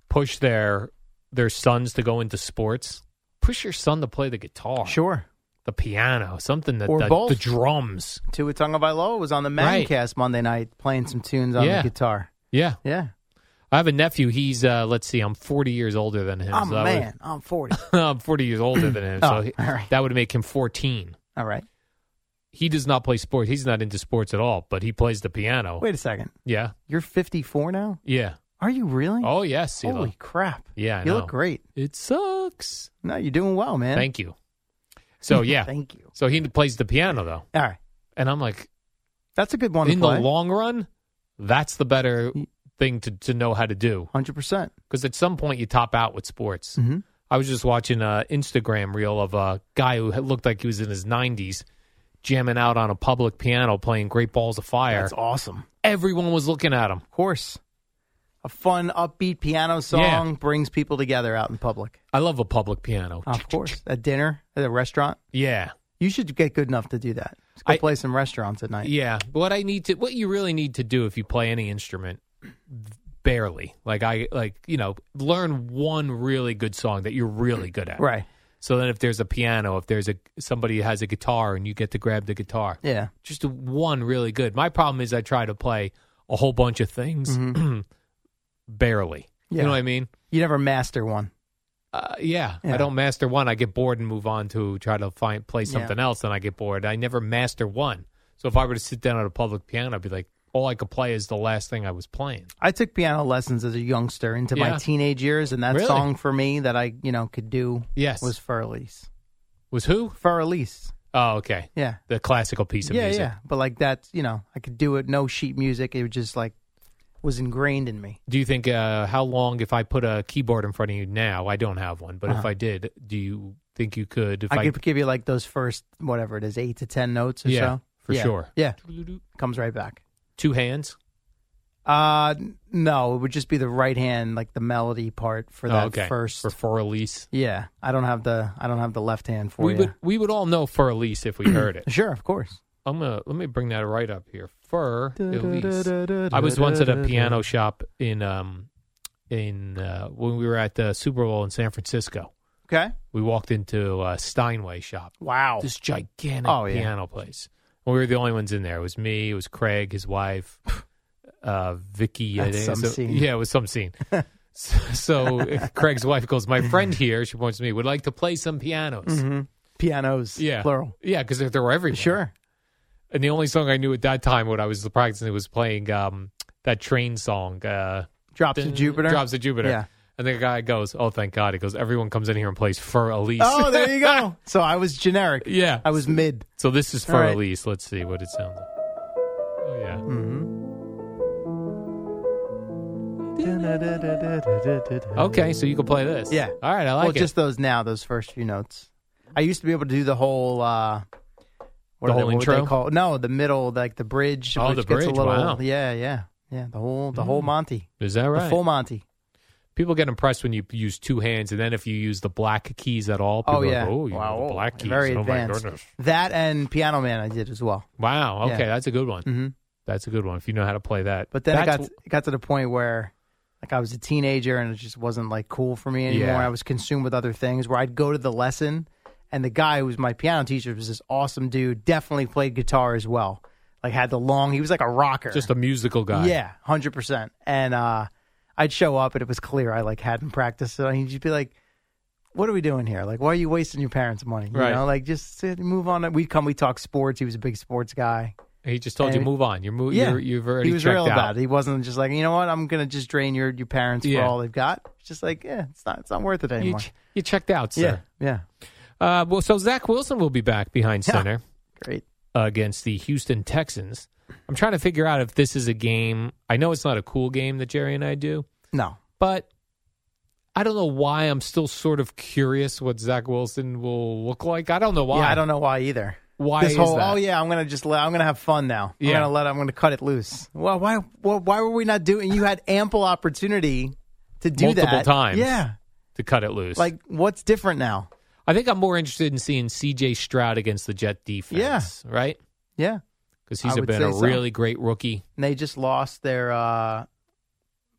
push their their sons to go into sports. Push your son to play the guitar, sure, the piano, something that Or the, both. the drums. Tua Tagovailoa was on the Right. Mancast Monday night playing some tunes on Yeah. the guitar. Yeah, Yeah. I have a nephew. He's uh, let's see, I'm 40 years older than him. I'm so a I would- Oh, man. I'm forty. I'm 40 years older than him, Oh, so he- all right. that would make him 14. All right. He does not play sports. He's not into sports at all, but he plays the piano. Wait a second. Yeah, You're 54 now? yeah. Are you really? Oh yes, CeeLo. Holy crap. yeah. I you know. look great. It sucks. No, you're doing well, man. Thank you. So yeah, Thank you. So he plays the piano though, All right. and I'm like, That's a good one in to play. the long run, that's the better thing to, to know how to do 100%. because at some point you top out with sports. Mhm. I was just watching an Instagram reel of a guy who had- looked like he was in his 90s jamming out on a public piano playing Great Balls of Fire. That's awesome. Everyone was looking at him. Of course. A fun, upbeat piano song brings people together out in public. I love a public piano. Of course. At dinner, at a restaurant. Yeah. You should get good enough to do that. Let's go I- play some restaurants at night. Yeah, but what I need to, what you really need to do if you play any instrument, barely like I like you know learn one really good song that you're really good at. Right. So then if there's a piano, if there's a somebody who has a guitar and you get to grab the guitar, Yeah. just do one really good. My problem is I try to play a whole bunch of things barely. You Mm-hmm. Yeah. know what I mean? You never master one. Uh, yeah, I Yeah. don't master one. I get bored and move on to try to find play Yeah. something else, and I get bored. I never master one. So if I were to sit down at a public piano, I'd be like, all I could play is the last thing I was playing. I took piano lessons as a youngster into Yeah. my teenage years, and that Really? song for me that I, you know, could do Yes. was Fur Elise. Was who? Fur Elise. Oh, okay. Yeah. The classical piece of yeah, music. yeah. But like that, you know, I could do it. No sheet music. It was just like was ingrained in me. Do you think uh, how long if I put a keyboard in front of you now? I don't have one, but if Uh-huh. I did, do you think you could? If I, I, could give you like those first whatever it is, eight to ten notes or Yeah, so. for sure. Yeah, comes right back. two hands. Uh, n- no, it would just be the right hand, like the melody part for Oh, that okay. first. For for release. Yeah, I don't have the I don't have the left hand for we you. would we would all know for Elise if we heard it. sure, of course. I'm gonna let me bring that right up here. Fur da, Elise. I was da, once at da, a da. piano shop in um in uh, when we were at the Super Bowl in San Francisco. Okay. We walked into a Steinway shop. Wow, This gigantic Oh, yeah. piano place. We were the only ones in there. It was me. It was Craig, his wife, uh, Vicky. I That's think. some So- scene. Yeah, it was some scene. so, so Craig's wife goes, "My friend here," she points to me, "would like to play some pianos." Mhm. pianos. Yeah, plural. Yeah, because they're, they're everywhere. Sure. And the only song I knew at that time when I was practicing was playing um, that train song, uh, Drops of dun- Jupiter? Drops of Jupiter. Yeah. And the guy goes, "Oh, thank God!" He goes, "Everyone comes in here and plays for Elise." Oh, there you go. so I was generic. Yeah. I was mid. So this is for All right. Elise. Let's see what it sounds like. Oh yeah. Mm-hmm. Okay, so you can play this. Yeah. All right, I like well, it. just those now, those first few notes. I used to be able to do the whole. uh what The are they- what whole would they intro? call- no, the middle, like the bridge. Oh, which the gets a bridge, little- wow. Yeah, yeah, yeah. The whole, the whole Mm. Monty. Is that The right? full Monty. people get impressed when you use two hands, and then if you use the black keys at all, people oh are yeah. like, oh, you know, wow. the black keys. Very oh advanced. my goodness. That and Piano Man, I did as well. Wow. Okay, Yeah. that's a good one. Mm-hmm. That's a good one. If you know how to play that, But then it That's got it got to the point where like I was a teenager and it just wasn't like cool for me anymore. Yeah. I was consumed with other things where I'd go to the lesson and the guy who was my piano teacher was this awesome dude, definitely played guitar as well. Like had the long he was like a rocker. just a musical guy. Yeah, hundred percent. And uh I'd show up and it was clear I like hadn't practiced it. And he'd just be like, What are we doing here? Like, why are you wasting your parents' money? You Right. know, like just sit and move on. We'd come, we talk sports. He was a big sports guy. He just told And- you move on. You're move. Yeah, You're, you've already he was checked real out. about it. He wasn't just like, you know what, I'm gonna just drain your your parents Yeah. for all they've got. It's just like, yeah, it's not it's not worth it You, anymore. ch- you checked out, sir. yeah, yeah, Uh, well, so Zach Wilson will be back behind Yeah. center great. against the Houston Texans. I'm trying to figure out if this is a game. I know it's not a cool game that Jerry and I do, No, but I don't know why I'm still sort of curious what Zach Wilson will look like. I don't know why. yeah, I don't know why either. Why this is whole? that? Oh yeah, I'm gonna just let, I'm gonna have fun now. Yeah. I'm gonna let I'm gonna cut it loose. Well, why well, why were we not doing? You had ample opportunity to do Multiple that times. Yeah, to cut it loose. like what's different now? I think I'm more interested in seeing C.J. Stroud against the Jet defense. Yeah. Right. Yeah, Because I he's would been a say so. really great rookie. and they just lost their uh,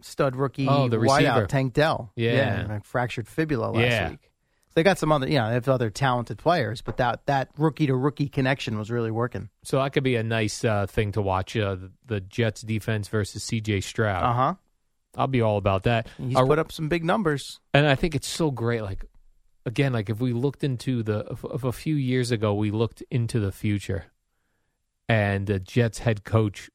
stud rookie Oh, the receiver. wideout Tank Dell. Yeah. like fractured fibula last Yeah. week. So they got some other, you know, they have other talented players, but that that rookie to rookie connection was really working. So that could be a nice uh, thing to watch. Uh, the, the Jets defense versus C.J. Stroud. Uh huh. I'll be all about that. He's Oh. Are- put up some big numbers. and I think it's so great. Like again, like if we looked into the if, if a few years ago, we looked into the future, and the Jets head coach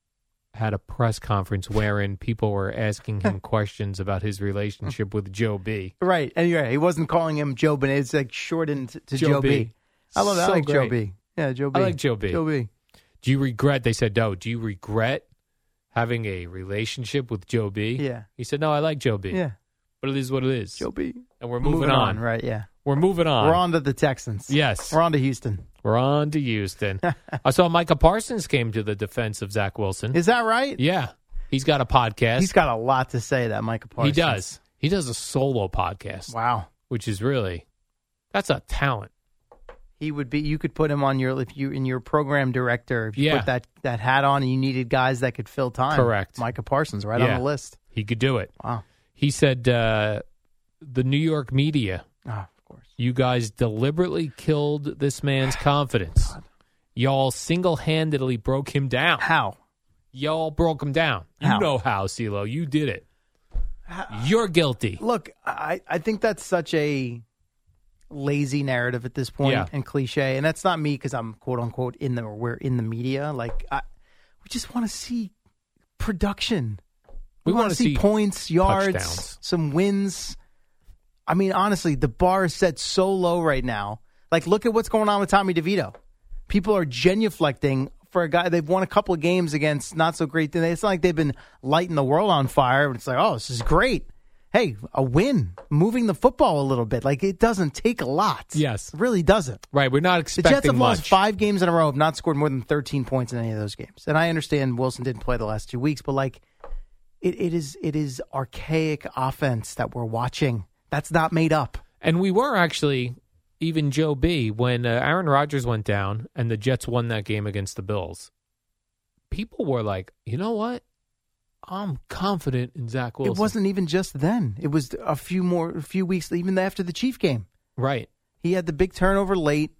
had a press conference wherein people were asking him questions about his relationship with Joe B. Right. And you're right. He wasn't calling him Joe Bin. It's like shortened to Joe Joe, B. I B. love that. So I like Joe great. B. Yeah, Joe I B. like Joe B. Joe B. Do you regret? They said no. Do you regret having a relationship with Joe B? Yeah. He said no. I like Joe B. Yeah. But it is what it is. Joe B. and we're moving, on. Right. Yeah. We're moving on. We're on to the Texans. Yes. We're on to Houston. We're on to Houston. I saw Micah Parsons came to the defense of Zach Wilson. Is that right? yeah, he's got a podcast. He's got a lot to say, that Micah he Parsons. does. He does a solo podcast, Wow. which is really that's a talent. he would be you could put him on your if you in your program director if you Yeah. put that that hat on and you needed guys that could fill time Correct. micah parsons right Yeah. on the list He could do it. wow He said uh, the New York media, Ah, of course you guys deliberately killed this man's confidence. Y'all single-handedly broke him down. how Y'all broke him down. How? You know how, CeeLo. You did it. You're guilty. look i i think that's such a lazy narrative at this point Yeah. and cliche and that's not me because i'm quote unquote in the or we're in the media like i we just want to see production we, We want wanna to see, see points yards touchdowns. some wins i mean honestly the bar is set so low right now like look at what's going on with tommy devito People are genuflecting for a guy they've won a couple of games against not so great. It's not like they've been lighting the world on fire. It's like, oh, this is great. Hey, a win, moving the football a little bit. Like it doesn't take a lot. Yes. It really doesn't. Right. We're not The expecting Jets have much. lost five games in a row, have not scored more than 13 points in any of those games. And I understand Wilson didn't play the last two weeks, but like it, it is it is archaic offense that we're watching. That's not made up. And we were actually even Joe B when uh, Aaron Rodgers went down and the Jets won that game against the Bills. People were like, you know what? I'm confident in Zach Wilson. It wasn't even just then. It was a few more a few weeks even after the Chief game. Right. He had the big turnover late,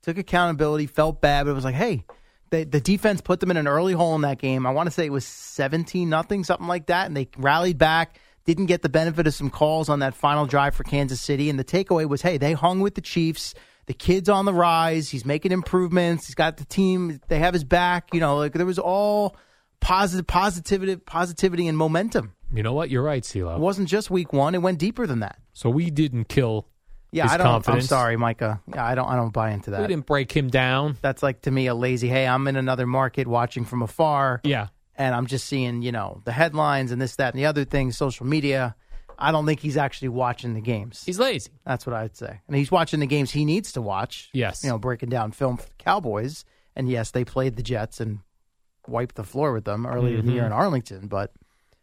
took accountability, felt bad, but it was like, hey, the, the defense put them in an early hole in that game. I want to say it was 17 nothing, something like that, and they rallied back, didn't get the benefit of some calls on that final drive for Kansas City, and the takeaway was, hey, they hung with the Chiefs. The kid's on the rise. He's making improvements. He's got the team. They have his back. You know, like there was all positive, positivity, positivity and momentum. You know what? You're right, CeeLo. It wasn't just week one. It went deeper than that. So we didn't kill. Yeah, his I don't. confidence. I'm sorry, Micah. Yeah, I don't. I don't buy into that. We didn't break him down. That's like to me a lazy. Hey, I'm in another market watching from afar. Yeah. and I'm just seeing you know the headlines and this, that, and the other thing, social media. I don't think he's actually watching the games. He's lazy. That's what I'd say. And he's watching the games he needs to watch. Yes. you know, breaking down film for the Cowboys. And yes, they played the Jets and wiped the floor with them earlier in the Mhm. year in Arlington. But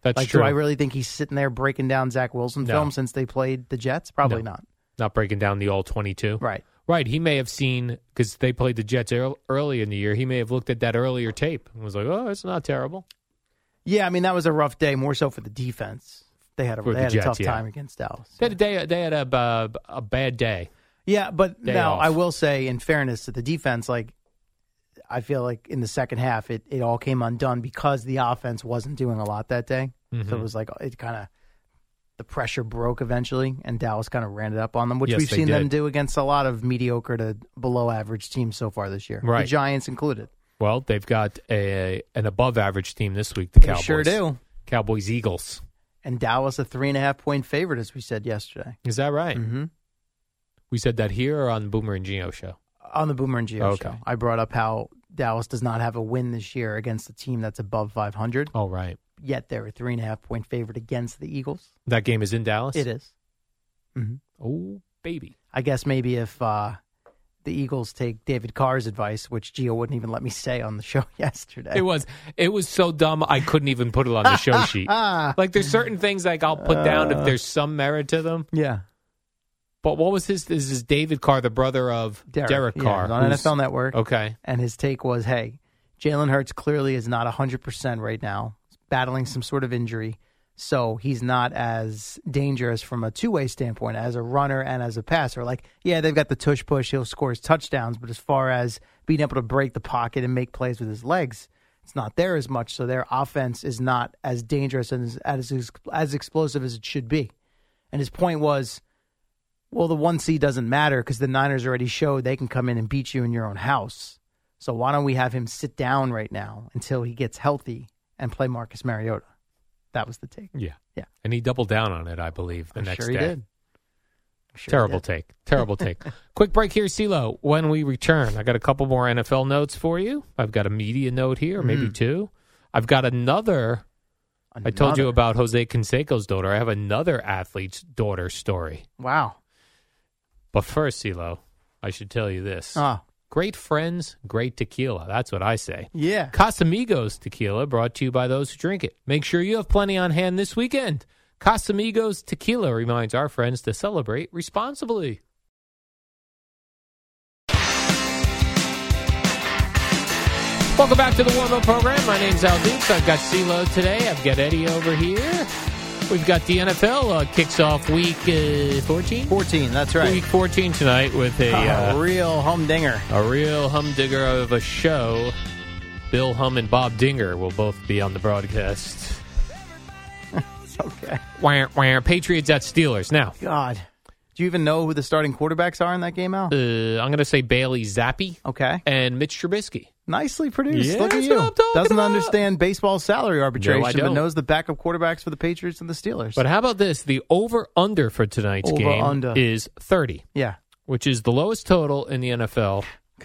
That's like, true. do I really think he's sitting there breaking down Zach Wilson No. film since they played the Jets? Probably No. not. Not breaking down the all 22. Right. Right. He may have seen, because they played the Jets ear- early in the year, he may have looked at that earlier tape and was like, oh, it's not terrible. Yeah, I mean that was a rough day, more so for the defense. They had a, For they the had Jets, a tough yeah. time against Dallas. They had a, day, they had a, b- a bad day. Yeah, but Day now off. I will say, in fairness to the defense, like I feel like in the second half, it, it all came undone because the offense wasn't doing a lot that day. So Mhm. it was like it kind of the pressure broke eventually, and Dallas kind of ran it up on them, which Yes, we've they seen them did. do against a lot of mediocre to below average teams so far this year, Right. The Giants included. Well, they've got a an above average team this week, the They Cowboys. sure do. Cowboys Eagles. And Dallas a three and a half point favorite, as we said yesterday Is that right? Mhm. We said that here or on Boomer and Geo show. on the Boomer and Geo Okay. show. I brought up how Dallas does not have a win this year against a team that's above five hundred. Oh, right. yet they're a three and a half point favorite against the Eagles. That game is in Dallas. It is. Mhm. Oh, baby. I guess maybe if uh, the Eagles take David Carr's advice, which Gio wouldn't even let me say on the show yesterday. It was. It was so dumb. I couldn't even put it on the show sheet. Like there's certain things like I'll put down Uh. if there's some merit to them. Yeah. But what was his? This is David Carr, the brother of Derek, yeah, Carr it was on who's- NFL Network. Okay. And his take was, hey, Jalen Hurts clearly is not 100% right now, He's battling some sort of injury. So he's not as dangerous from a two way standpoint as a runner and as a passer. Like, yeah, they've got the tush push. He'll score his touchdowns. But as far as being able to break the pocket and make plays with his legs, it's not there as much. So their offense is not as dangerous and as, as, as explosive as it should be. And his point was, well, the one seed doesn't matter because the Niners already showed they can come in and beat you in your own house. So why don't we have him sit down right now until he gets healthy and play Marcus Mariota? That was the take. Yeah. Yeah. And he doubled down on it, I believe, the I'm next sure day. he did. I'm sure he Terrible did. take. Terrible take. Quick break here, CeeLo. When we return, I got a couple more NFL notes for you. I've got a media note here, Hmm. maybe two. I've got another, I told you Another. about Jose Canseco's daughter. I have another athlete's daughter story. Wow. But first, CeeLo, I should tell you this. Oh, Great friends, great tequila. That's what I say. yeah. Casamigos tequila brought to you by those who drink it. Make sure you have plenty on hand this weekend. Casamigos tequila reminds our friends to celebrate responsibly. Welcome back to the warm up program. My name's Al Dukes. I've got CeeLo today. I've got Eddie over here. We've got the NFL uh, kicks off week uh, 14? 14, that's right. Week 14 tonight with a. uh, A real humdinger. a real humdinger of a show. Bill Hum and Bob Dinger will both be on the broadcast. Okay. Wah, wah. Patriots at Steelers. Now, God. Do you even know who the starting quarterbacks are in that game, Al? uh, I'm going to say Bailey Zappi Okay. and Mitch Trubisky. Nicely produced. Yeah, Look at that's you. what I'm talking Doesn't about. understand baseball salary arbitration, but don't. knows the backup quarterbacks for the Patriots and the Steelers. But how about this? The over under for tonight's game Over-under. is 30, yeah. which is the lowest total in the NFL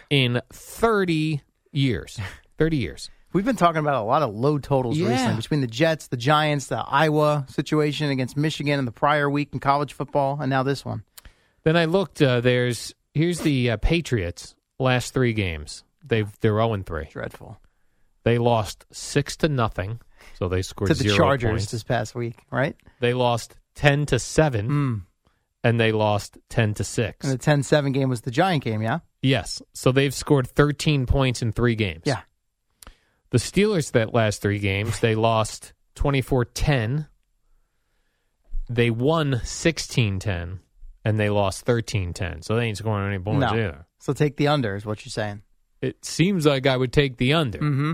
in 30 years. 30 years. We've been talking about a lot of low totals Yeah. recently between the Jets, the Giants, the Iowa situation against Michigan in the prior week in college football, and now this one. Then I looked. Uh, there's here's the uh, Patriots last three games. They've they're zero and three. Dreadful. They lost six to nothing, so they scored to the zero Chargers points. this past week, right? Hmm. They lost ten to seven, and they lost ten to six. Mm. And the 10 7 game was the Giant game, yeah? Yes, so they've scored thirteen points in three games. Yeah. The Steelers that last three games they lost 24-10. They won 16-10 and they lost 13-10. So they ain't scoring any points no. either. So take the under, is what you're saying. It seems like I would take the under. hmm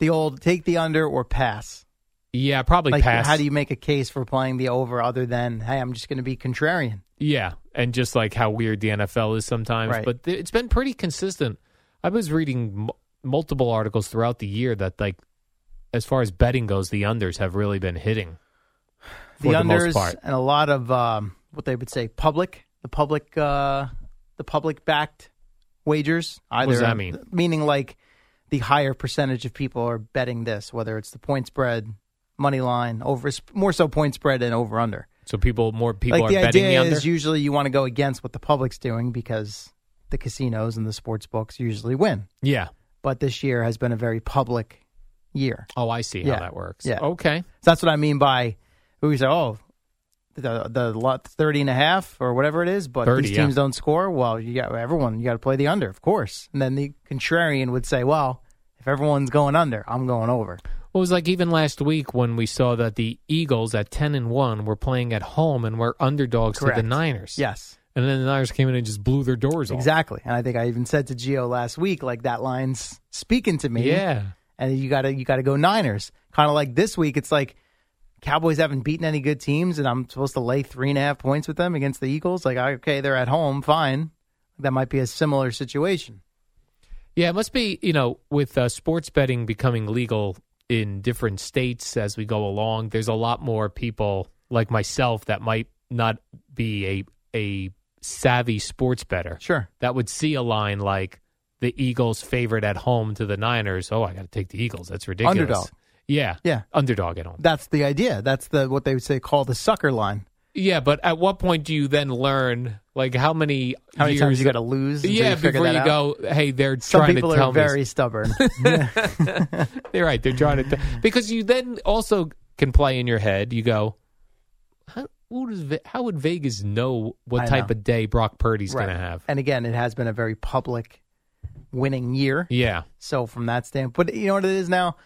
The old take the under or pass. Yeah, probably like, pass. How do you make a case for playing the over other than, hey, I'm just going to be contrarian? Yeah, and just like how weird the NFL is sometimes, Right. but th- it's been pretty consistent. I was reading m- multiple articles throughout the year that like as far as betting goes, the unders have really been hitting. the for the unders most part. and a lot of um, what they would say public, the public, uh, the public backed wagers. Either does that mean? Meaning like the higher percentage of people are betting this, whether it's the point spread, money line, over more so point spread and over under. So people more people like are the betting idea the under. is usually you want to go against what the public's doing because the casinos and the sports books usually win. yeah. But this year has been a very public year. Oh, I see Yeah. how that works. Yeah. Okay. So that's what I mean by we say, oh, the the lot 30 and a half or whatever it is, but 30, these yeah. teams don't score. Well, you got everyone, you got to play the under, of course. And then the contrarian would say, well, if everyone's going under, I'm going over. Well, it was like even last week when we saw that the Eagles at 10 and 1 were playing at home and were underdogs to Correct. the Niners. Yes. And then the Niners came in and just blew their doors off. Exactly. And I think I even said to Gio last week, like that line's speaking to me. Yeah. And you gotta you gotta go Niners. Kind of like this week, it's like Cowboys haven't beaten any good teams, and I'm supposed to lay three and a half points with them against the Eagles. Like, okay, they're at home, fine. That might be a similar situation. Yeah, it must be, you know, with uh, sports betting becoming legal in different states as we go along, there's a lot more people like myself that might not be a a savvy sports better. Sure. That would see a line like the Eagles favorite at home to the Niners. Oh, I got to take the Eagles. That's ridiculous. Underdog. Yeah. Yeah. Underdog at home. That's the idea. That's the what they would say call the sucker line. Yeah, but at what point do you then learn like how many How many years, times you got to lose? until Yeah, you figure before that you out? go, hey, they're Some trying to people tell are me very stubborn. They're right. They're trying to t- because you then also can play in your head. You go, how, who does Ve- how would Vegas know what I type know. of day Brock Purdy's Right. going to have? And again, it has been a very public winning year. Yeah, So from that standpoint, but you know what it is now?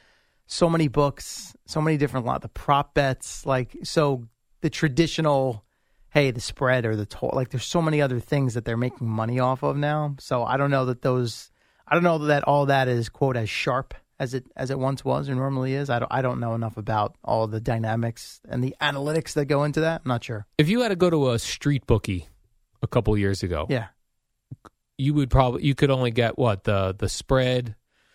So many books, so many different lot the prop bets, like so the traditional hey, the spread or the total like there's so many other things that they're making money off of now. So I don't know that those I don't know that all that is quote as sharp as it as it once was or normally is. I don't I don't know enough about all the dynamics and the analytics that go into that. I'm not sure. if you had to go to a street bookie a couple years ago, Yeah. you would probably you could only get what the the spread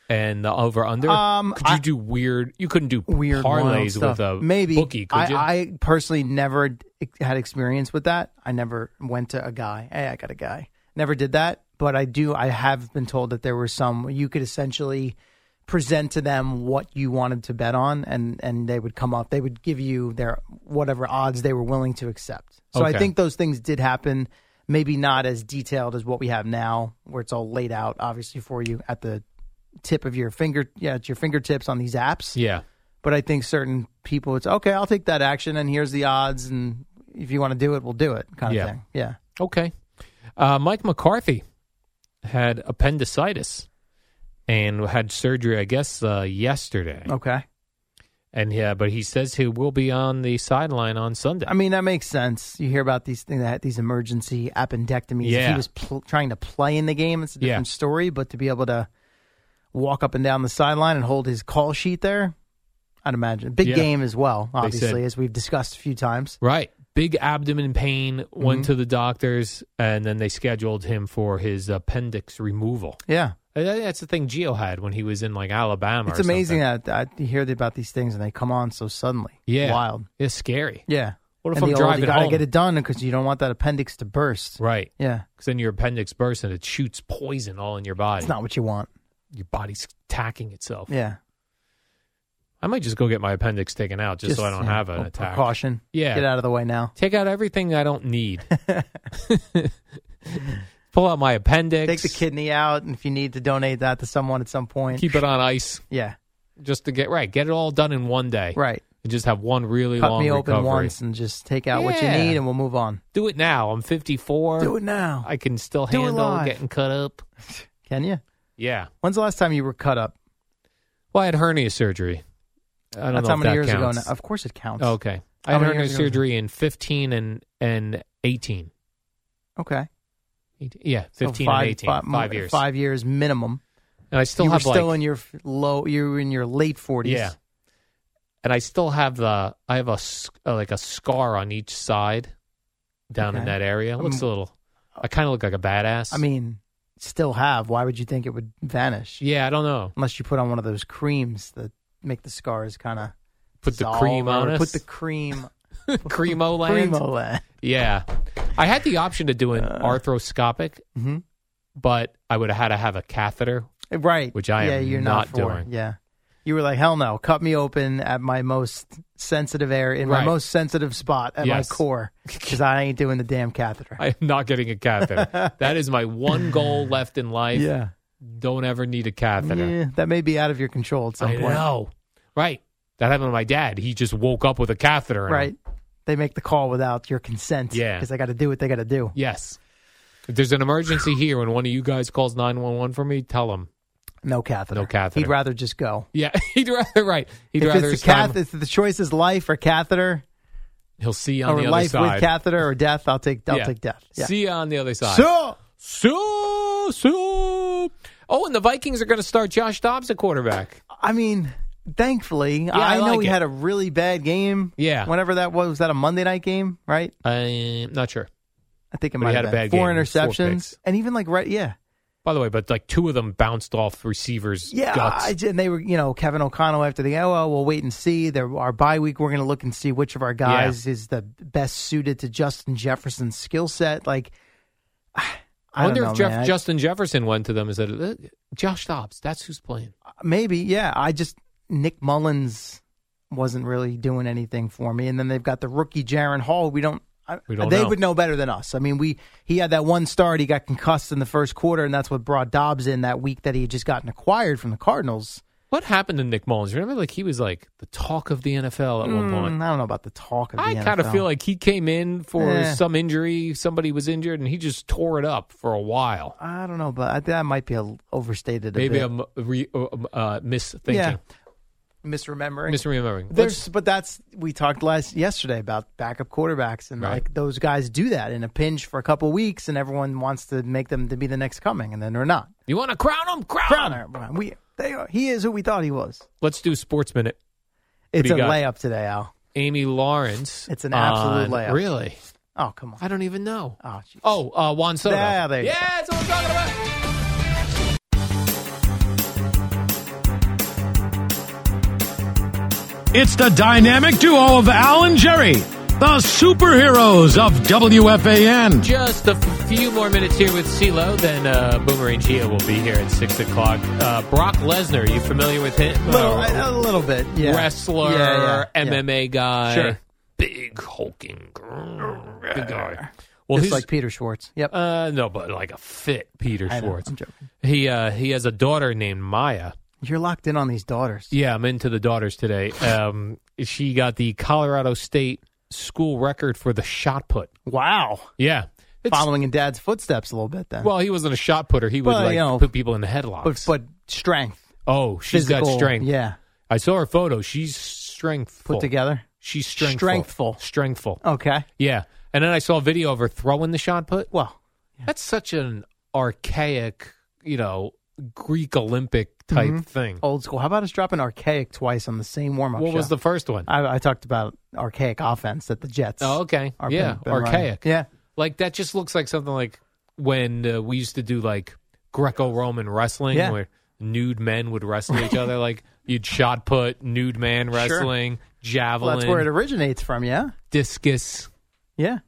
and the over under. Um, could you I- do weird? You couldn't do weird wild parlays stuff. with a maybe bookie. Could I, you? I personally never d- had experience with that. I never went to a guy. Hey, I got a guy. Never did that, but I do. I have been told that there were some you could essentially present to them what you wanted to bet on, and and they would come up. They would give you their whatever odds they were willing to accept. So I Okay. think those things did happen. Maybe not as detailed as what we have now, where it's all laid out obviously for you at the tip of your finger, yeah, at your fingertips on these apps yeah. but I think certain people it's okay, I'll take that action and here's the odds and if you want to do it, we'll do it kind of Yeah. thing. Yeah. Okay. Uh, Mike McCarthy had appendicitis and had surgery, I guess, uh, yesterday. Okay. And yeah, but he says he will be on the sideline on Sunday. I mean, that makes sense. You hear about these things that these emergency appendectomies. If Yeah. he was pl- trying to play in the game, it's a Yeah. different story, but to be able to walk up and down the sideline and hold his call sheet there, I'd imagine. Big Yeah. game as well, They obviously, said- as we've discussed a few times. right. Big abdomen pain, went Mhm. to the doctors, and then they scheduled him for his appendix removal. Yeah. And Uh, that- That's the thing Geo had when he was in like Alabama. It's or amazing something. that I, you hear about these things and they come on so suddenly. Yeah. Wild. It's scary. Yeah. What What if and I'm the old, driving You gotta home? get it done because you don't want that appendix to burst. Right. Yeah. Because then your appendix bursts and it shoots poison all in your body. It's not what you want. Your body's attacking itself. Yeah. I might just go get my appendix taken out just, so I don't yeah, have an little attack. Precaution. Yeah. Get out of the way now. Take out everything I don't need. Pull out my appendix. Take the kidney out, and if you need to donate that to someone at some point, Keep it on ice. Yeah. Just to get right. Get it all done in one day. Right. And just have one really cut long me open recovery. once and just take out what you Yeah. need, and we'll move on. Do it now. I'm 54. Do it now. I can still Do it handle live. getting cut up. Can you? Yeah. When's the last time you were cut up? Well, I had hernia surgery. I don't That's know how if many that years counts. ago. Now. Of course, it counts. Okay. I How had many hernia years ago was it? surgery in 15 and, and 18. Okay. Eight- yeah, So 15 Oh, five- and 18. five- Five, years. Five years minimum. And I still you have were still like, in your f- low. You were in your late forties. Yeah. And I still have the, I have a, s- uh, like a scar on each side down in Okay. that area. It looks Um, a little, I kind of look like a badass. I mean, still have. Why would you think it would vanish yeah, I don't know. unless you put on one of those creams that make the scars kind of Put the cream on us. Put the cream. Cremo land. Cremo Uh. land. Yeah. I had the option to do an arthroscopic, Mhm. but I would have had to have a catheter, Right. which I yeah, am you're not, not, for. doing. Yeah. You were like, hell no, cut me open at my most sensitive area, in my Right. most sensitive spot at Yes. my core, because I ain't doing the damn catheter. I am not getting a catheter. that is my one goal left in life. Yeah. Don't ever need a catheter. Yeah, that may be out of your control at some I point. know. Right. That happened to my dad. He just woke up with a catheter. in him. Right. They make the call without your consent. Yeah. Because they got to do what they got to do. Yes. If there's an emergency here when one of you guys calls 911 for me, tell him. No catheter. No catheter. He'd rather just go. Yeah, he'd rather, right. He'd if rather it's his the, cath- time- if the choice is life or catheter, he'll see you on or the other life side. with catheter or death, I'll take, I'll Yeah. take death. Yeah. See you on the other side. So, So, so. Oh, and the Vikings are going to start Josh Dobbs at quarterback. I mean, thankfully, I, I know like we it. had a really bad game. Yeah. Whenever that was, was that a Monday night game, right? I'm not sure. I think it But he might had have a been bad four game, four interceptions, picks. and even like right, yeah, By the way, but like two of them bounced off receivers' yeah. guts. I, and they were, you know, Kevin O'Connell after the oh, well, we'll wait and see. There, our bye week, we're going to look and see which of our guys is the best suited to Justin Jefferson's skill set. Like, I I wonder don't if know, Jeff, man. I- Justin Jefferson went to them and said, "Uh, Josh Dobbs, that's who's playing. maybe, yeah. I just Nick Mullins wasn't really doing anything for me, and then they've got the rookie Jaron Hall. We don't. I, We don't Uh, they know. would know better than us. I mean, we he had that one start. He got concussed in the first quarter, and that's what brought Dobbs in that week that he had just gotten acquired from the Cardinals. What happened to Nick Mullins? Remember, like he was like the talk of the NFL at one Mm, point. I don't know about the talk of the I kind of NFL. feel like he came in for Eh. some injury. Somebody was injured, and he just tore it up for a while. I don't know, but I, that might be a, overstated. A Maybe bit. I'm re, uh, um, uh, misthinking, Yeah. misremembering. misremembering. Let's- There's, but that's we talked last yesterday about backup quarterbacks and Right. like those guys do that in a pinch for a couple weeks, and everyone wants to make them to be the next coming, and then they're not. you want to crown him? Crown, Brown, him. Aaron Brown. We they are, he is who we thought he was. Let's do sports minute. It's do a you got? layup today, Al. Amy Lawrence. It's an absolute on- layup. Really? Oh come on. I don't even know. Oh, gee. Oh, uh, Juan Soto. Yeah, there you go. that's what I'm talking about. It's the dynamic duo of Al and Jerry, the superheroes of WFAN. Just a f- few more minutes here with CeeLo, then uh, Boomerang Gio will be here at 6 o'clock. Uh, Brock Lesnar, you familiar with him? Little, Uh, a, a little bit. Yeah. Wrestler, Yeah, yeah, yeah. MMA guy. Sure. Big hulking grrr, big guy. Well, Just he's like Peter Schwartz. Yep. uh, no, but like a fit Peter I know, Schwartz. I'm joking. He uh, he has a daughter named Maya. You're locked in on these daughters. Yeah, I'm into the daughters today. Um, she got the Colorado State school record for the shot put. Wow. Yeah. It's- Following in dad's footsteps a little bit then. well, he wasn't a shot putter. He would Well, like you know, put people in but headlocks. but strength. oh, she's physical, got strength. Yeah. I saw her photo. She's strengthful. Put together. She's strengthful. Strengthful. Oh. Strengthful. Okay. Yeah. And then I saw a video of her throwing the shot put. Well, That's such an archaic, you know, Greek Olympic type Mm-hmm. thing. old school. How about us dropping archaic twice on the same warm up? what was the first one? I, I talked about archaic offense that the Jets. Oh, okay. are Yeah, been- been running. archaic. Yeah, Like that just looks like something like when uh, we used to do like Greco-Roman wrestling, Yeah. where nude men would wrestle each other. Like You'd shot put, nude man wrestling, Well, javelin, that's where it originates from, yeah? discus. Yeah.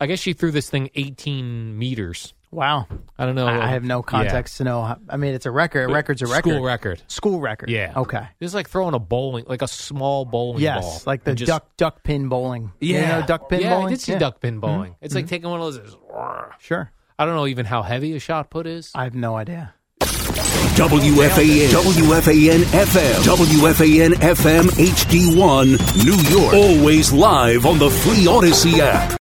I guess she threw this thing 18 meters. Wow. I don't know. I I have no Yeah. Uh, context to know. how- I mean, it's a record. A record's a record. School record. School record. Yeah. Okay. This is like throwing a bowling, like a small bowling yes, ball. like the and just- duck duck pin bowling. You Yeah. know duck pin Yeah, I bowling. Hmm. Mm-hmm. did see duck pin bowling. It's like taking one of those. Sure. I don't know even how heavy a shot put is. I have no idea. WFAN, WFAN FM, WFAN FM HD1, New York. Always live on the Free Odyssey app.